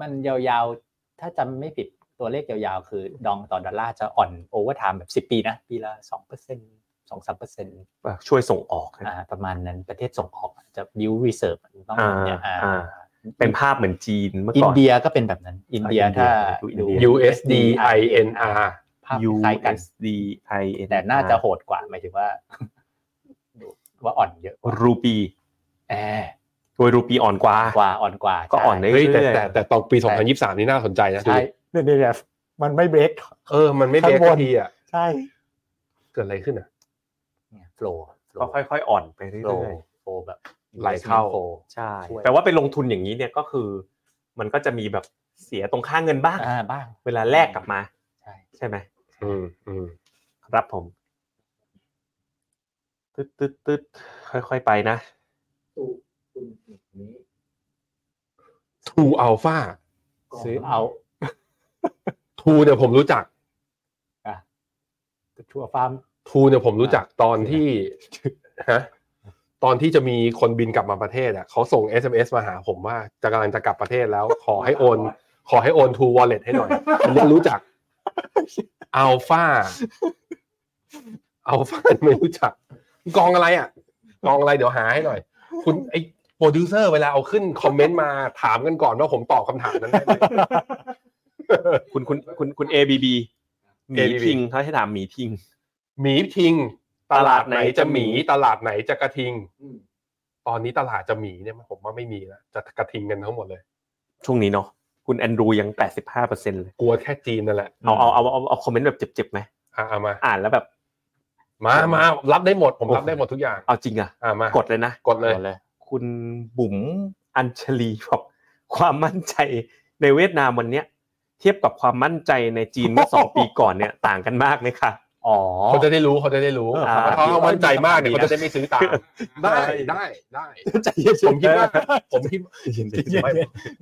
มันยาวๆ ถ้าจำไม่ผิดตัวเลขยาวๆ คือดองต่อดอลลาร์จะอ่อนโอเวอร์ไทม์แบบ 10 ปีนะ ปีละ2เปอร์เซ็นต์สองสามเปอร์เซ็นต์
ว่าช่วยส่งออกนะ
ประมาณนั้นประเทศส่งออกจะ build reserve มันต้อง
อ่า
เนี่ยอ่า
อ่า เป็นภาพเหมือนจีนเมื่อ
อิ
ก่
น
อน
เดียก็เป็นแบบนั้น อินเดีย
อ่า
ถ้า
อินเดีย
USD INR
ภาพคล้ายกัน
USDI
แต่น่าจะโหดกว่าหมายถึงว่า ดูว่าอ่อนเยอะกว่า
รูปี
แอบ
โดยรูปีอ่อนกว่า
กว่าอ่อนกว่า
ก็อ่อน
ใช่
เรื่
เฮ้ยแต่
อย
แต่แต่ตอนปี 2023 นี่น่าสนใจนะดู
ใช่เนี่ยเนี่ยเนี่ยมันไม่เบรก
เออ มันไม่เบรก
ข้างบน
ทีอ่ะ
ใช่
เกิดอะไรขึ้นอ่ะ
โฟล์
ๆก็ค่อยๆ อ่อนไปเรื่
โฟล
อย
โฟลแบบ
ไหลเข้า
flow
ๆ ใช่
ช่วย
แปลว่าไปลงทุนอย่างนี้เนี่ยก็คือ มันก็จะมีแบบเสียตรงค่าเงินบ้าง
อ่าบ้าง
เวลาแลกกลับมา
ใช่
ใช่ไหม
อืมอืม
ครับผม ตึ๊ดตึ๊ดตึ๊ดค่อยๆ ไปนะ
ตูคุณนี้
ทูอัลฟา
ก่น
ซื้อเอา
ทูเนี่ยผมรู้จัก
ชั่วฟาร์ม
ทูเนี่ยผมรู้จักตอนที่ฮะตอนที่จะมีคนบินกลับมาประเทศอ่ะเขาส่ง SMS มาหาผมว่าจะกำลังจะกลับประเทศแล้ว ขอให้ โอน ขอให้โอนทูวอลเล็ตให้หน่อยอันนี้รู้จักอัลฟาอัลฟาไม่รู้จัก กองอะไรอ่ะ กองอะไรเดี๋ยวหาให้หน่อย คุณไอโปรดิวเซอร์เวลาเอาขึ้นคอมเมนต์มาถามกันก่อนว่าผมตอบคำถามนั้นได้ ไหม
คุณคุณคุณคุณ ABB หมี
ABB
ทิงเขาให้ถามหมีทิง
หมีทิง ต
ต
ลา
ลา
ด
ด
ไห
ไห
น
น
จะ
จะ
ห
หมี
มีตลาดไหนจะกระทิง
อืม
ตอนนี้ตลาดจะหมีเนี่ยผมว่าไม่มีแล้วจะกระทิงกันทั้งหมดเลย
ช่วงนี้เนาะคุณแอนดรูยัง 85%เลย
กลัวแค่จีนนั่นแหละ
เอาเอาเอาเอาเอาคอมเมนต์แบบเจ็บๆไหม
อ่ะเอามา
อ่านแล้วแบบ
มามารับได้หมด ผมรับได้หมดทุกอย่าง
เอาจริงอะ
อ่ะมาก
กดเลยนะ
กดเลย
คุณบุ๋มอัญชลีบอกความมั่นใจในเวียดนามวันเนี้ย เทียบกับความมั่นใจในจีนเมื่อสอง ปีก่อน เนี่ยต่างกันมากเลยค่ะ
อ๋อ
เขาจะได้รู้เขาจะได้รู้
เออ
ถ้าเขามั่นใจมากเนี่ยเขาจะได้ไม่ซื้อตามได้
ได้
ได้ได้
ใจเย็น
ผ
ๆ
มคิดว่าผมคิด
ใจเย็นๆ
ไม่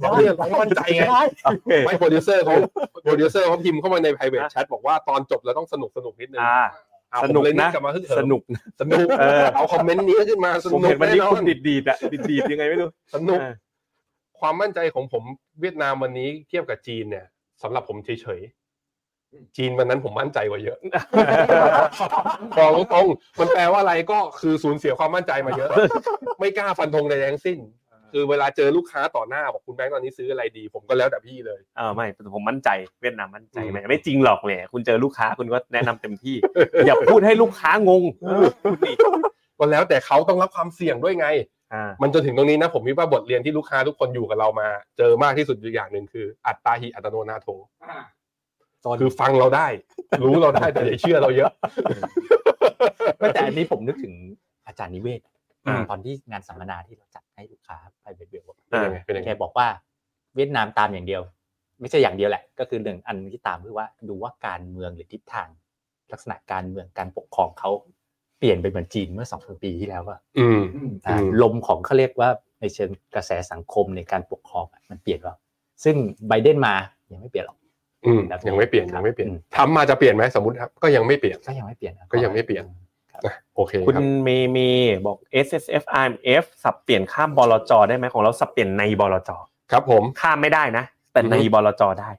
เราเรียกร้องมั่นใจไง
โอเค
ไม่โปรดิวเซอร์เขาโปรดิวเซอร์เขาพิมพ์เข้ามาใน private chat บอกว่าตอนจบเราต้องสนุกสนุกนิดนึง
อ่า
เอา
สนุ
ผ
ก
มเลย
นะ
กลับมาฮึกเหิม
สนุก
สนุก
เออ
เอาคอมเมนต์นี้ขึ้นมาส
ผม
นุก
เห็นวัน
แน่
นี้
นอ
คุณ
น
ดีดดีดๆอะดีดดีดๆยังไงไม่ รู้
สนุก
เออ
ความมั่นใจของผมเวียดนามวันนี้เทียบกับจีนเนี่ยสำหรับผมเฉยๆจีนวันนั้นผมมั่นใจกว่าเยอะบอกตรงๆมันแปลว่าอะไรก็คือสูญเสียความมั่นใจมา เยอะ ไม่กล้าฟันธงใดๆทั้งสิ้น คือเวลาเจอลูกค้าต่อหน้าบอกคุณแบงค์ตอนนี้ซื้ออะไรดี ผมก็แล้วแต่พี่เลย
เออไม่ผมมั่นใจเวียดนามมั่นใจ
อืม
ไม่ไม่จริงหรอกเลยคุณเจอลูกค้าคุณก็แนะนำเต็ม ที่ อย่าพูดให้ลูกค้างงคุณดี
ก็แล้วแต่เขาต้องรับความเสี่ยงด้วยไง
อ่า
มันจนถึงตรงนี้นะ ผมคิดว่าบทเรียนที่ลูกค้าทุกคนอยู่กับเรามา เจอมากที่สุดอยู่อย่างหนึ่งคืออัตตาหิอัตโนนาโถ
อ่า
ต้น
คือฟังเราได้ รู้เราได้แต่อย่าเชื่อเราเยอะ
ไม่แต่อันนี้ผมนึกถึงอาจารย์นิเวศน์
อืม
ตอนที่งานสัมมนาที่เราจัดให้ลูกค้าไปเบลเบล
เป็นยังไงเป็นยัง
แก
ไง
บอกว่าเวียดนามตามอย่างเดียว ไม่ใช่อย่างเดียวแหละ ก็คือหนึ่งอันที่ตามคือว่าดูว่าการเมืองหรือทิศทาง ลักษณะการเมืองการปกครองเขาเปลี่ยนไปเหมือนจีนเมื่อสองสามปีที่แล้วว่า
อืม
อืม
อ่า
อืม
ลมของเขาเรียกว่าในเชิงกระแสสังคมในการปกครองอะมันเปลี่ยนแล้วซึ่งไบเดนมายังไม่เปลี่ยนหรอก
อืม
แบบ
ยังไม่เปลี่ยนยังไม่เปลี่ยน
อืม
ทำมาจะเปลี่ยนไหมสมมติครับก็ยังไม่เปลี่ยน
ก็ยังไม่เปลี่ยนนะ
ก็ยังไม่เปลี่ยน อ่ะโอเค
คุณ
ครับ
เมย์เมย์บอก S S F I M F สับเปลี่ยนข้ามบลจได้ไหมของเราสับเปลี่ยนในบลจ
ครับผม
ข้ามไม่ได้นะ แต่ใน
อืม
บลจได้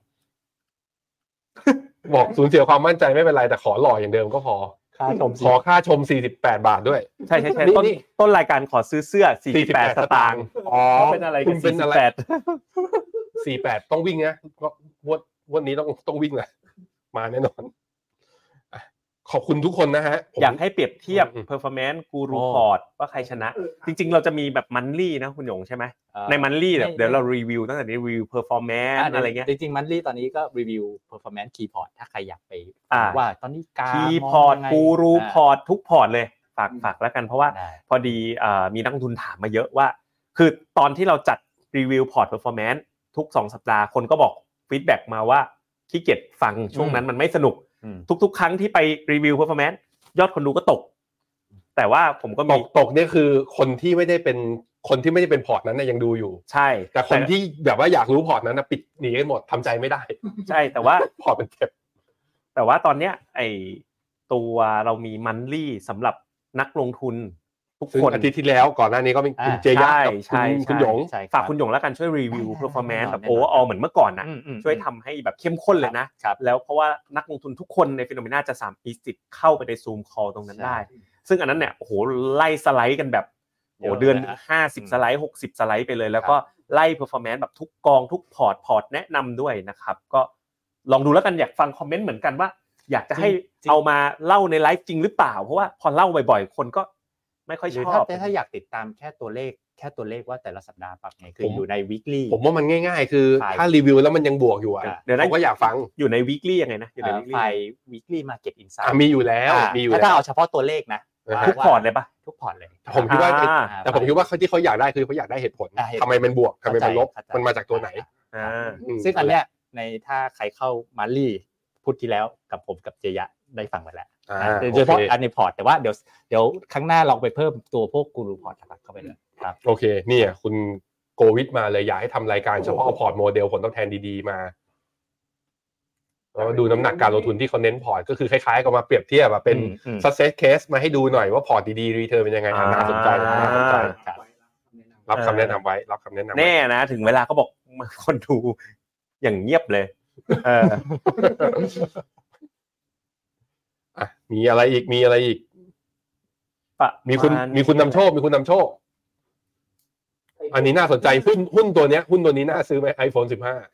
บอกสูญเสียความมั่นใจไม่เป็นไรแต่ขอหล่ออย่างเดิมก็พอ
ค่าชมสิ
ขอค่าชม 48 บาทด้วย
ใช่ใช่ใช่
นี่
ต้น
นี่
ต้นรายการขอซื้อเสื้อ 48 สตางค์
อ๋อ
เขาเป็นอะไรกั
คุ
น
ณเป็นอะไร
48
48 ต้องวิ่งนะก็งวันวันนี้ต้องต้องวิ่งแหละมาแน่นอนอ่ะขอบคุณทุกคนนะฮะผม
อยากให้เปรียบเทียบ
อืม
performance กูรู
อ๋อ
พอร์ตว่าใครชนะ จริง ๆ เราจะมีแบบมันลี่นะคุณหยงใช่ไหม
เอ่อ
ในมันลี่
ใช่
เดี๋ยวเรารีวิวตั้งแต่รีวิว performance
า
อะไรเงี้ย
จริงๆมันลี่ตอนนี้ก็รีวิว performance key port ถ้าใครอยากไป
อ่า
ว่าตอนนี้การ
คี
มง
พอร์ต
ยังไง
กูรู
า
พอร์ตทุกพอร์ตเลยฝากฝากแล้วกันเพราะว่า
ได้
พอดีเอ่อมีนักลงทุนถามมาเยอะว่า คือตอนที่เราจัดรีวิวพอร์ต performance ทุก 2 สัปดาห์คนก็บอกฟีดแบ็กมาว่าขี้เกียจฟังช่วงนั้นมันไม่สนุก
อืม
ทุก ๆ ครั้งที่ไปรีวิว performance ยอดคนดูก็ตก แต่ว่าผมก็
ต
มี
กตกเนี่ยคือคนที่ไม่ได้เป็นคนที่ไม่ได้เป็นพอร์ตนั้นนะยังดูอยู่
ใช่
แต่คนที่แบบว่าอยากรู้พอร์ตนั้นนะปิดหนีกันหมดทำใจไม่ได้
ใช่แต่ว่า
พอร์ตมันเจ็บ
แต่ว่าตอนเนี้ยไอตัวเรามีมันลี่สำหรับนักลงทุนทุก
ซึ่ง
คน
อาทิตย์ที่แล้วก่อนหน้านี้ก็เป็นคุณ
า
เจย่ากับ
ใช่
คุณคุ
ใช่
ณหยง
ใช่
ฝากคุณหยงแล้วกันช่วยรีวิว
ได้
performance แบบ
แน่นอน
โอเวอร์ออเหมือนเมื่อก่อนนะ
อืมอืม
ช่วยทำให้แบบเข้มข้นเลยนะ
ครับ
แล้วเพราะว่านักลงทุนทุกคนในฟิโนเมนาจะสามอีสิทธิ์เข้าไปในซูมคอลตรงนั้นได้ ซึ่งอันนั้นเนี่ยโอ้โหไล่สไลด์กันแบบโอ้โห
เยอะเลย
เดือน
นะ
50 สไลด์ 60 สไลด์ไปเลย แล้วก็ไล่ performance แบบทุกกองทุกพอร์ตพอร์ตแนะนำด้วยนะครับ ก็ลองดูแล้วกันอยากฟังคอมเมนต์เหมือนกันว่า อยากจะให้
จริงๆ
เอามาเล่าในไลฟ์จริงหรือเปล่า เพราะว่าพอเล่าบ่อยๆ คนก็ไม่ค่อย
ห
ช
รือ
อ
ถ้า
บ
แต่ถ้าอยากติดตามแค่ตัวเลขแค่ตัวเลขว่าแต่ละสัปดาห์ปรับไงคือ
ผม
อยู่ใน weekly
ผมว่ามันง่ายๆ คือ
ใช่
ถ้ารีวิวแล้วมันยังบวกอยู่อ่ะ
อ่ะ
เดี๋ยวนะ
ผมก็อยากฟัง
อยู่ใน weekly ยังไงนะอยู่ใน
เอ่อ
weekly
ไฟล์ weekly market
อ่ะ
insight
มีอยู่แล้ว
อ่า
มีอยู่
ถ้า
แล้ว
เอาเฉพาะตัวเลขนะ
อ่า
ทุกพอร์ตเลยปะ
ทุกพอร์ตเลย
แต่ผมคิดว่าไอ้
อ่า
แต่ผมคิดว่าเขาที่เขาอยากได้คือเขาอยากได้เหตุผล
อ่ะเหตุผล
ทำไมมันบวกทำไมมันลบ
เข้ใจ
มันมาจากตัวไหน
อ่า
อืม
ซึ่งอันเนี้ยในถ้าใครเข้ามาลี่พูดที่แล้วกับผมกับเจยะได้ฟังไปแล้ว
อ่า
นะ
โอ
โดยเฉพาะ
เค
อันในพอร์ตแต่ว่าเดี๋ยวเดี๋ยวครั้งหน้าลองไปเพิ่มตัวพวกกูรูพอร์ตหลักๆเข้าไปเลยครับ
โอเคเนี่ยคุณโกวิดมาเลยอยากให้ทำรายการเฉพาะเอาพอร์ตโมเดลผลตอบแทนดีๆมาแล้วดูน้ำหนักการลงทุนที่เขาเน้นพอร์ตก็คือคล้ายๆกับมาเปรียบเทียบอะเป็น
อืม
success case มาให้ดูหน่อยว่าพอร์ตดีๆ return เป็นยังไงอ่ะน่าสนใจ
อ่า
น่าสนใจ
ครับ
รับคำแนะนำไว้ รับคำแนะนำไว้
แน่นะ ถึงเวลาก็บอกคนดูอย่างเงียบเลย เออ
อ่ะมีอะไรอีกมีอะไรอีก
ประาณ
มีคุณมีคุณนำโชค มีคุณนำโชค อันนี้น่าสนใจหุ้นหุ้นตัวเนี้ยหุ้นตัวนี้น่าซื้อไหม iPhone 15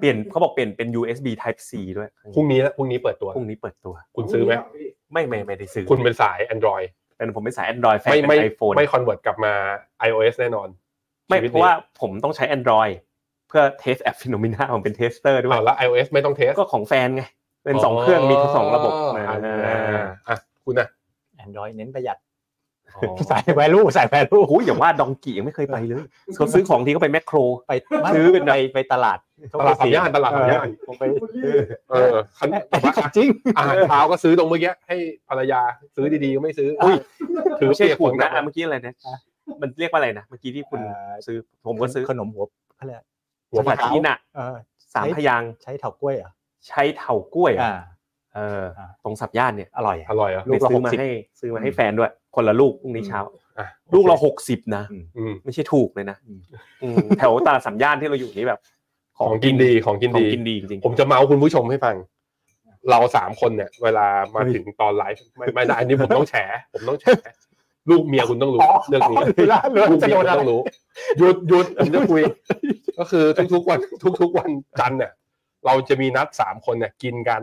เปลี่ยนเขาบอกเปลี่ยนเป็น USB Type C ด้วย
พรุ่งนี้ละพรุ่งนี้เปิดตัว
พรุ่งนี้เปิดตัว
คุณซื้อไหม
ไม่ไม่ไม่ได้ซื้อ
คุณเป็นสาย Android
เป็นผมเป็นสาย Android แฟน
ไม่
เป็
ไม่
น iPhone
ไม่คอนเวิร์ตกลับมา iOS แน่นอน
ไม่
ชีต
เพ
นี้
ราะว่าผมต้องใช้ Android เพื่อเทสแอปฟิโนมิน่าผมเป็นเทสเตอร์ด้วย
อ้าวแล้ว iOS ไม่ต้องเทส
ก็ของแฟนไง เป็นสองเครื่องมีทั้งสองระบบ
อ่า
อ่า
อ่ะคุณอ่ะ
Android เน้นประหยัด
อ๋อ
ใส่ value ใส่ value
โอ้โหอย่าว่าดองกี้ยังไม่เคยไปเลยเขาซื้อของทีก็ไปแมคโคร
ไป
ซื้อเป็น
ไปไปตลาด
ตลาดสามย่านตลาดสามย่าน
ผมไป
เออคันแต่ว่า
จริง
อาหารเช้าก็ซื้อตรงเมื่อกี้ให้ภรรยาซื้อดีๆก็ไม่ซื้ออุ้ยถือ
ไม่
เปี
ใช่
ยก
ถุ
ฝน
ง
กลั
นะ
บ
อ่ะ
มา
เมื่อกี้อะไรนะ
อ่ะ
มันเรียกว่าอะไรนะ เมื่อกี้ที่คุณ
เอ่อ
ซื้อ ผมก็ซื้อ
ขนมหัวเขาเรียก
หัว
ข
ผั
นา
ด
ดนี้น่ะ
เออ
สามพยางค์
ใช้เถากล้วยเหรอ่ะ
ใช้เถากล้วยอะ
อ่า
เ เออตรงสับย่านเนี่ย
อร่อยอะ
อร่อยเหรอ่ะ
ลูกละ
ไปซื้
ห
อก มา
สิบ
ให้
ให้ซื้อมาให้แฟนด้วย คนละลูกพรุ่งนี้เช้า
อ่ะ
ลูกละหกสิบนะ
อืม
ไม่ใช่ถูกเลยนะอืมแถวตลาดสามย่านที่เราอยู่นี่แบบ
ของกินดีของกิน
ของ
ดี
กินดีจริง
ผมจะเมาส์คุณผู้ชมให้ฟัง เราสามคนเนี่ย เวลามาถึงตอนไลฟ์ไม่ไม่ได้อันนี้ผม ต้องแฉ ผมต้องแฉ ลูกเมียคุณต้องรู้เรื่องนี้ ลูกเมียคุณต้องรู้ หยุดหยุดผมจะคุย ก็คือทุกๆวัน ทุกๆวันจันทร์เนี่ยเราจะมีนัดสามคนเนี่ยกินกัน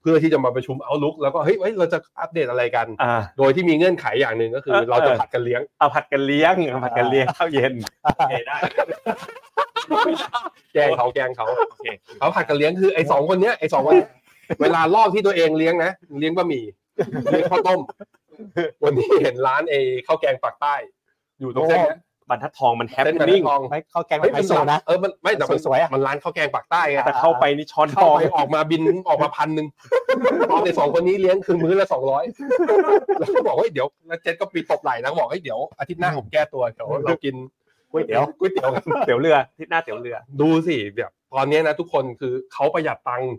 เพื่อที่จะมาประชุมเอาลุกแล้วก็เฮ้ยเฮ้ยเราจะอัปเดตอะไรกัน
ๆอ่า
โดยที่มีเงื่อนไขอย่างหนึ่งก็คือ
เออ
เราจะผัดกันเลี้ยง
เอาผัดกันเลี้ยงเอาผัดกันเลี้ยงข้าวเย็นโอเคได้
แกล้งเขาแกล้งเขาเขาผัดกันเลี้ยงคือไอ้สองคนเนี้ยไอ้สองคนเนี้ยเวลารอบที่ตัวเองเลี้ยงนะเลี้ยงบะหมี่เลี้ยงข้าวต้ม วันนี้เห็นร้านไอ้ข้าวแกงปากใต้ อยู่ตรงเส้นเนี้ย
บรรทัดทองมันแฮป
เส้นแบ
ปิ้ง
บทอง
ไม่เข้าแกง
เฮ้ย
ไท
มั
ย
น
โซ
ร้าน
นะ
เออมันไม่แต่มัน
สวยๆอะ
มันร้านข้าวแกงปากใต้ไง
แต่เข้าไปนี่ช้อน ท
เข้า
อง
ไปออกมาบินออกมาพันหนึ่งตอนในสองคนนี้เลี้ยงคือมื้อละสองร้อยแล้วก็บอกว่าเฮ้ยเดี๋ยวแล้วเจดก็ปีตบไหล่นะบอกเฮ้ยเดี๋ยวอาทิตย์หน้าผมแก้ตัวเดี๋ยวเรากิน
ก๋วยเตี๋ยว
ก๋วยเตี๋ยวกัน
เตี๋ยวเรือที่หน้าเตี๋ยวเรือ
ดูสิแบบตอนเนี้ยนะ ทุกคนคือเขาประหยัดตังค์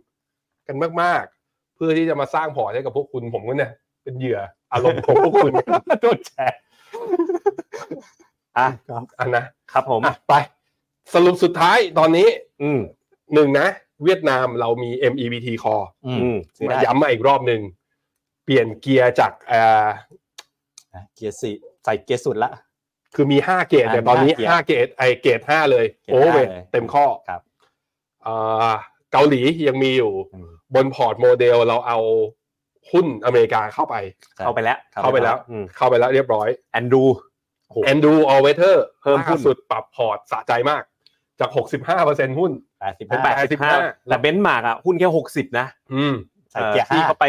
กันมาก ๆ เพื่อที่จะมาสร้างพอร์ตให้กับพวกคุณผมก็เนี่ย เป็นเหยื่ออารมณ์ของพวกคุณ
โดนแชร์อ่ะ
อ่ะนะครับ
ผม
อ่ะไป สรุปสุดท้ายตอนนี้
อืม
หนึ่งนะ เวียดนามเรามี MEBT Core
อืม
อืม
ซื้อได้
ย้ำมาอีกรอบหนึ่ง เปลี่ยนเกียร์จากเอ่อ
นะเกียร์สี่ใส่เกียร์สุดละ
คือมี 5 เกรด
อ่ะ
แต่ตอนนี้
มีห้า
5 เกรดไอเกรด5 เลย
เกรด
โอ้
ห้า
เว้ย
เลย
เต็มข้อ
ครับ
เอ่อเกาหลียังมีอยู่
อืม
บนพอร์ตโมเดลเราเอาหุ้นอเมริกาเข้าไป
เข้าไปแล้ว
เข้าไปแล้ว
อืม
เข้าไปแล้วเรียบร้อย
แอนดู
แอนดูออเวเทอร์
เพิ่มหุ้น
สุดปรับพอร์ตสะใจมาก จาก 65%หุ้น
แปดสิบ
เป็น
ห้า
แปดสิบห้า
85
แต่เบนซ์มาร์กอ่ะ หุ้นแค่หกสิบนะ
อืม
ใส่เกียร์
อ่อที่
ห้า
เขาไป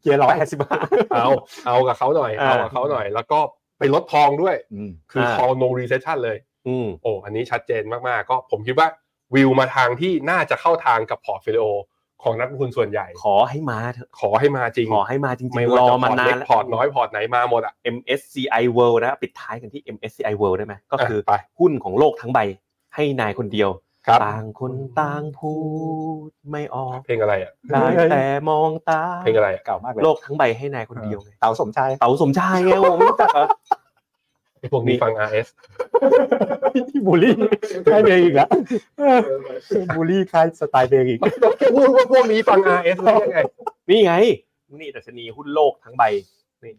เกียร์ร้อย
แปดสิบห้า
เอาเอากับเขาหน่อย
อ่า
เอากับเขาหน่อย แล้วก็ไปลดทองด้วย
อืม
คือ
อ่า
call no recession เลย
อืม
โอ้ อันนี้ชัดเจนมาก ๆ ก็ผมคิดว่าวิวมาทางที่น่าจะเข้าทางกับพอร์ตฟิลิโอของนักลงทุนส่วนใหญ่
ขอให้มาเถอะ
ขอให้มาจริง
ขอให้มาจริง
ไม่
ๆ ร
ว่า
อ
จะพอ
มา
ร์ต
นา
เล็
น
ก
แล้ว
พอร์ตน้อยพอร์ตไหนมาหมดอ่ะ
MSCI World นะปิดท้ายกันที่ MSCI World ได้ไหมก็
ะ
คือ
ไป
หุ้นของโลกทั้งใบให้นายคนเดียว
ครับ
ต่างคนต่างพูดไม่ออก
เพลงอะไรอ่ะ
ได้แต่มองตา
เพลงอะไรอะ
เก่ามากเลย
โลกทั้งใบให้นายคนเดียวไง
เต๋าสมชาย
เต๋าสมชายไงผมรู้จักเหรอ
ไอ้พวกนี้ฟัง RS
ที่ บูลลี่ค่ายเพลงอีกแล้วบูลลี่ค่ายสไตล์เพลงอีก
พูดว่า พวกนี้ฟัง RS ได้ยังไง
นี่ไง นี่ดัชนีหุ้นโลกทั้งใบนี่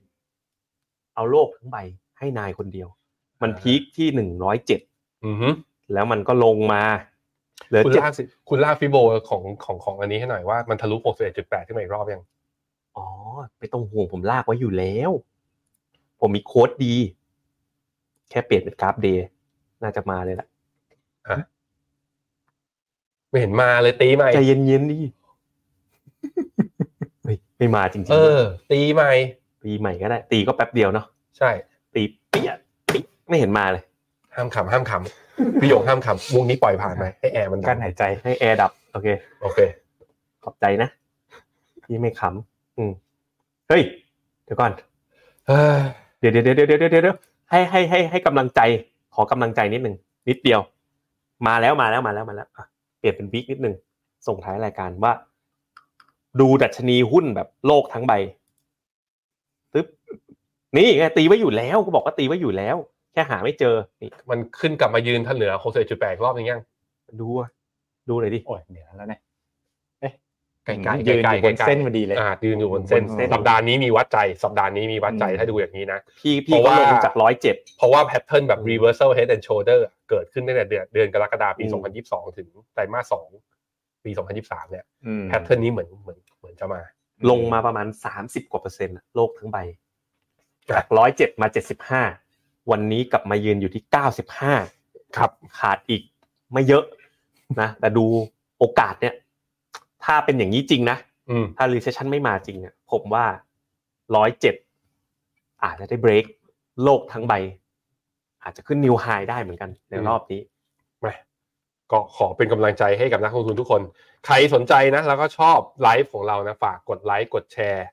เอาโลกทั้งใบให้นายคนเดียว มันพีคที่หนึ่งร้อยเจ็ด
อือฮึ
แล้วมันก็ลงมาเหลือ
คุณ
เจ็ด
ลากสิคุณลากฟิโบของของของอันนี้ให้หน่อยว่ามันทะลุ 61.8 ขึ้นมาอีกรอบยัง
อ๋อไปตรงห่วงผมลากไว้อยู่แล้ว ผมมีโค้ดดี แค่เปลี่ยนเป็นกราฟเดย์น่าจะมาเลยล่ะ
ไม่เห็นมาเลยตีใหม่
ใจเย็ นๆดิเฮ้ยไม่มาจริง
เออ ตีใหม่
ๆตีใหม่ก็ได้ ตีก็แป๊บเดียวเนาะ
ใช่
ตีเปี้ยปิ๊กไม่เห็นมาเลย
ห้ามขำห้ามขำพี่โยงห้ามขำวงนี้ปล่อยผ่านไปให้แอร์มันดั
กั้
ง
นหายใจ
ให้แอร์ดับ โอเค
โอเค
ขอบใจนะที่ไม่ขำอืมเฮ้ย เดี๋ยวก่อน
เฮ้ย
เดี๋ยวเดี๋ยวเดี๋ยวเดี๋ยวเดี๋ยวเดี๋ยวให้ให้ให้ให้กำลังใจ ขอกำลังใจนิดหนึ่งนิดเดียว มาแล้วมาแล้วมาแล้วมาแล้วอ่ะเปลี่ยนเป็นวิกนิดหนึ่งส่งท้ายรายการว่า ดูดัชนีหุ้นแบบโลกทั้งใบตึ๊บนี่ไงตีไว้อยู่แล้วก็บอกว่าตีไว้อยู่แล้ว แค่หาไม่เจอนี่
มันขึ้นกลับมายืนทะเหนือ61.8อีกรอบหนึงยัง
ดูอ่ะดูหน่อยดิ
โอ้ยเหนื่อยแล้วเนี่ย
ไกลๆไกลๆ
ยืนอยู่บน
ไกลๆ
เส้นพอดีเลย
อ่ายืนอยู่บนเส้น
บนเส้น
สัปดาห์นี้มีวัดใจ สัปดาห์นี้มีวัดใจ
อืม
ถ้าดูอย่างนี้นะ
พี่พี่
เพ
ก็
ราะว่า
ลงจากร้อยเจ็ด
เพราะว่าแพทเทิร์นแบบ reversal head and shoulder อะเกิดขึ้นตั้งแต่เดือนเดือนกรกฎาคมปี
อืม
2022 ถึงไตรมาสสองปี2023เนี่ย
อืม
แพทเทิร์นนี้เหมือนเหมือนเหมือนจะมา
ลงมาประมาณสามสิบกว่าเปอร์เซ็นต์อะโลกทั้งใบ
ครับ
จากร้อยเจ็ดมาเจ็ดสิบห้าวันนี้กลับมายืนอยู่ที่เก้าสิบห้า
ครับ
ขาดอีกไม่เยอะนะ แต่ดูโอกาสเนี่ย ถ้าเป็นอย่างนี้จริงนะ
อืม
ถ้า recession ไม่มาจริงเนี่ยผมว่าร้อยเจ็ดอาจจะได้ break โลกทั้งใบ อาจจะขึ้น new high ได้เหมือนกันในรอบนี้
มาก็ขอเป็นกำลังใจให้กับนักลงทุนทุกคน ใครสนใจนะ แล้วก็ชอบไลฟ์ของเรานะฝากกดไลค์กดแชร์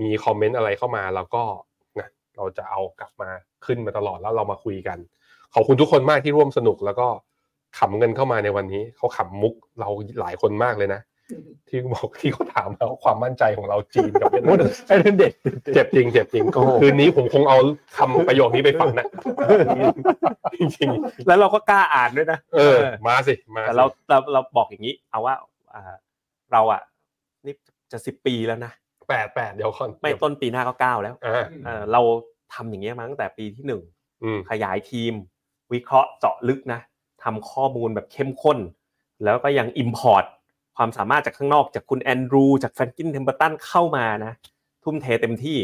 มีคอมเมนต์อะไรเข้ามา แล้วก็นะเราจะเอากลับมาขึ้นมาตลอดแล้วเรามาคุยกัน ขอบคุณทุกคนมากที่ร่วม สนุกแล้วก็ขำเงินเข้ามาในวันนี้เขาขำมุกเราหลายคนมากเลยนะ ที่บอกที่เขาถามเราความมั่นใจของเราจีนกับเวียด
โอ้
นาม
โหไอ้เรื่องเด็ด
เจ็บจริงเจ็บจริง
โอ้โห
คืนนี้ผมคงเอาคำประโยคนี้ไปฝังนะ จริง
แล้วเราก็กล้าอ่านด้วยนะ
ๆเออ มาสิมาสิ
แต่เราเราเราบอกอย่างนี้ เอาว่าอ่าเราอ่ะนี่จะสิบปีแล้วนะ
แปดแปดเดี๋ยวก่อน
ไม่ต้นปีหน้าก็เก้าแล้ว
อ่า
เออเราทำอย่างเงี้ยมาตั้งแต่ปีที่หนึ่ง
อืม
ขยายทีม วิเคราะห์เจาะลึกนะทำข้อมูลแบบเข้มข้น แล้วก็ยัง Import ความสามารถจากข้างนอกจากคุณแอนดรูจากแฟรงกินเทมเปอร์ตันเข้ามานะ ทุ่มเทเต็มที่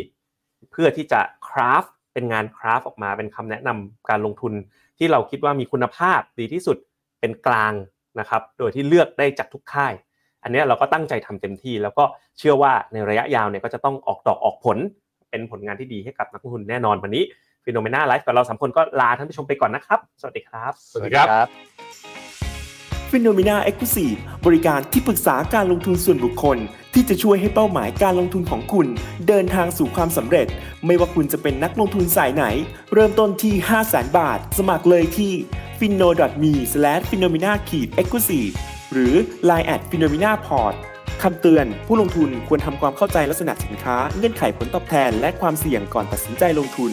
เพื่อที่จะคราฟเป็นงานคราฟออกมาเป็นคำแนะนำการลงทุน ที่เราคิดว่ามีคุณภาพดีที่สุดเป็นกลางนะครับ โดยที่เลือกได้จากทุกค่าย อันเนี้ยเราก็ตั้งใจทำเต็มที่ แล้วก็เชื่อว่าในระยะยาวเนี่ยก็จะต้องออกดอกออกผล เป็นผลงานที่ดีให้กับนักลงทุนแน่นอนวันนี้ ฟิโนเมนาไลฟ์กับเราสามคนก็ลาท่านผู้ชมไปก่อนนะครับ สวัสดีครับ
สวัสดีครับ
f i n o m e n a e x c l u s i v e บริการที่ปรึกษาการลงทุนส่วนบุคคล ที่จะช่วยให้เป้าหมายการลงทุนของคุณ เดินทางสู่ความสำเร็จ ไม่ว่าคุณจะเป็นนักลงทุนสายไหน เริ่มต้นที่ 5 0 0 0 0 0 บาท สมัครเลยที่ f i n o m e f i n o m e n a e x c l u s i v e หรือ line at f i n o m e n a p o r t คำเตือน ผู้ลงทุนควรทำความเข้าใจลักษณะสินค้า เงื่อนไขผลตอบแทน และความเสี่ยงก่อนตัดสินใจลงทุน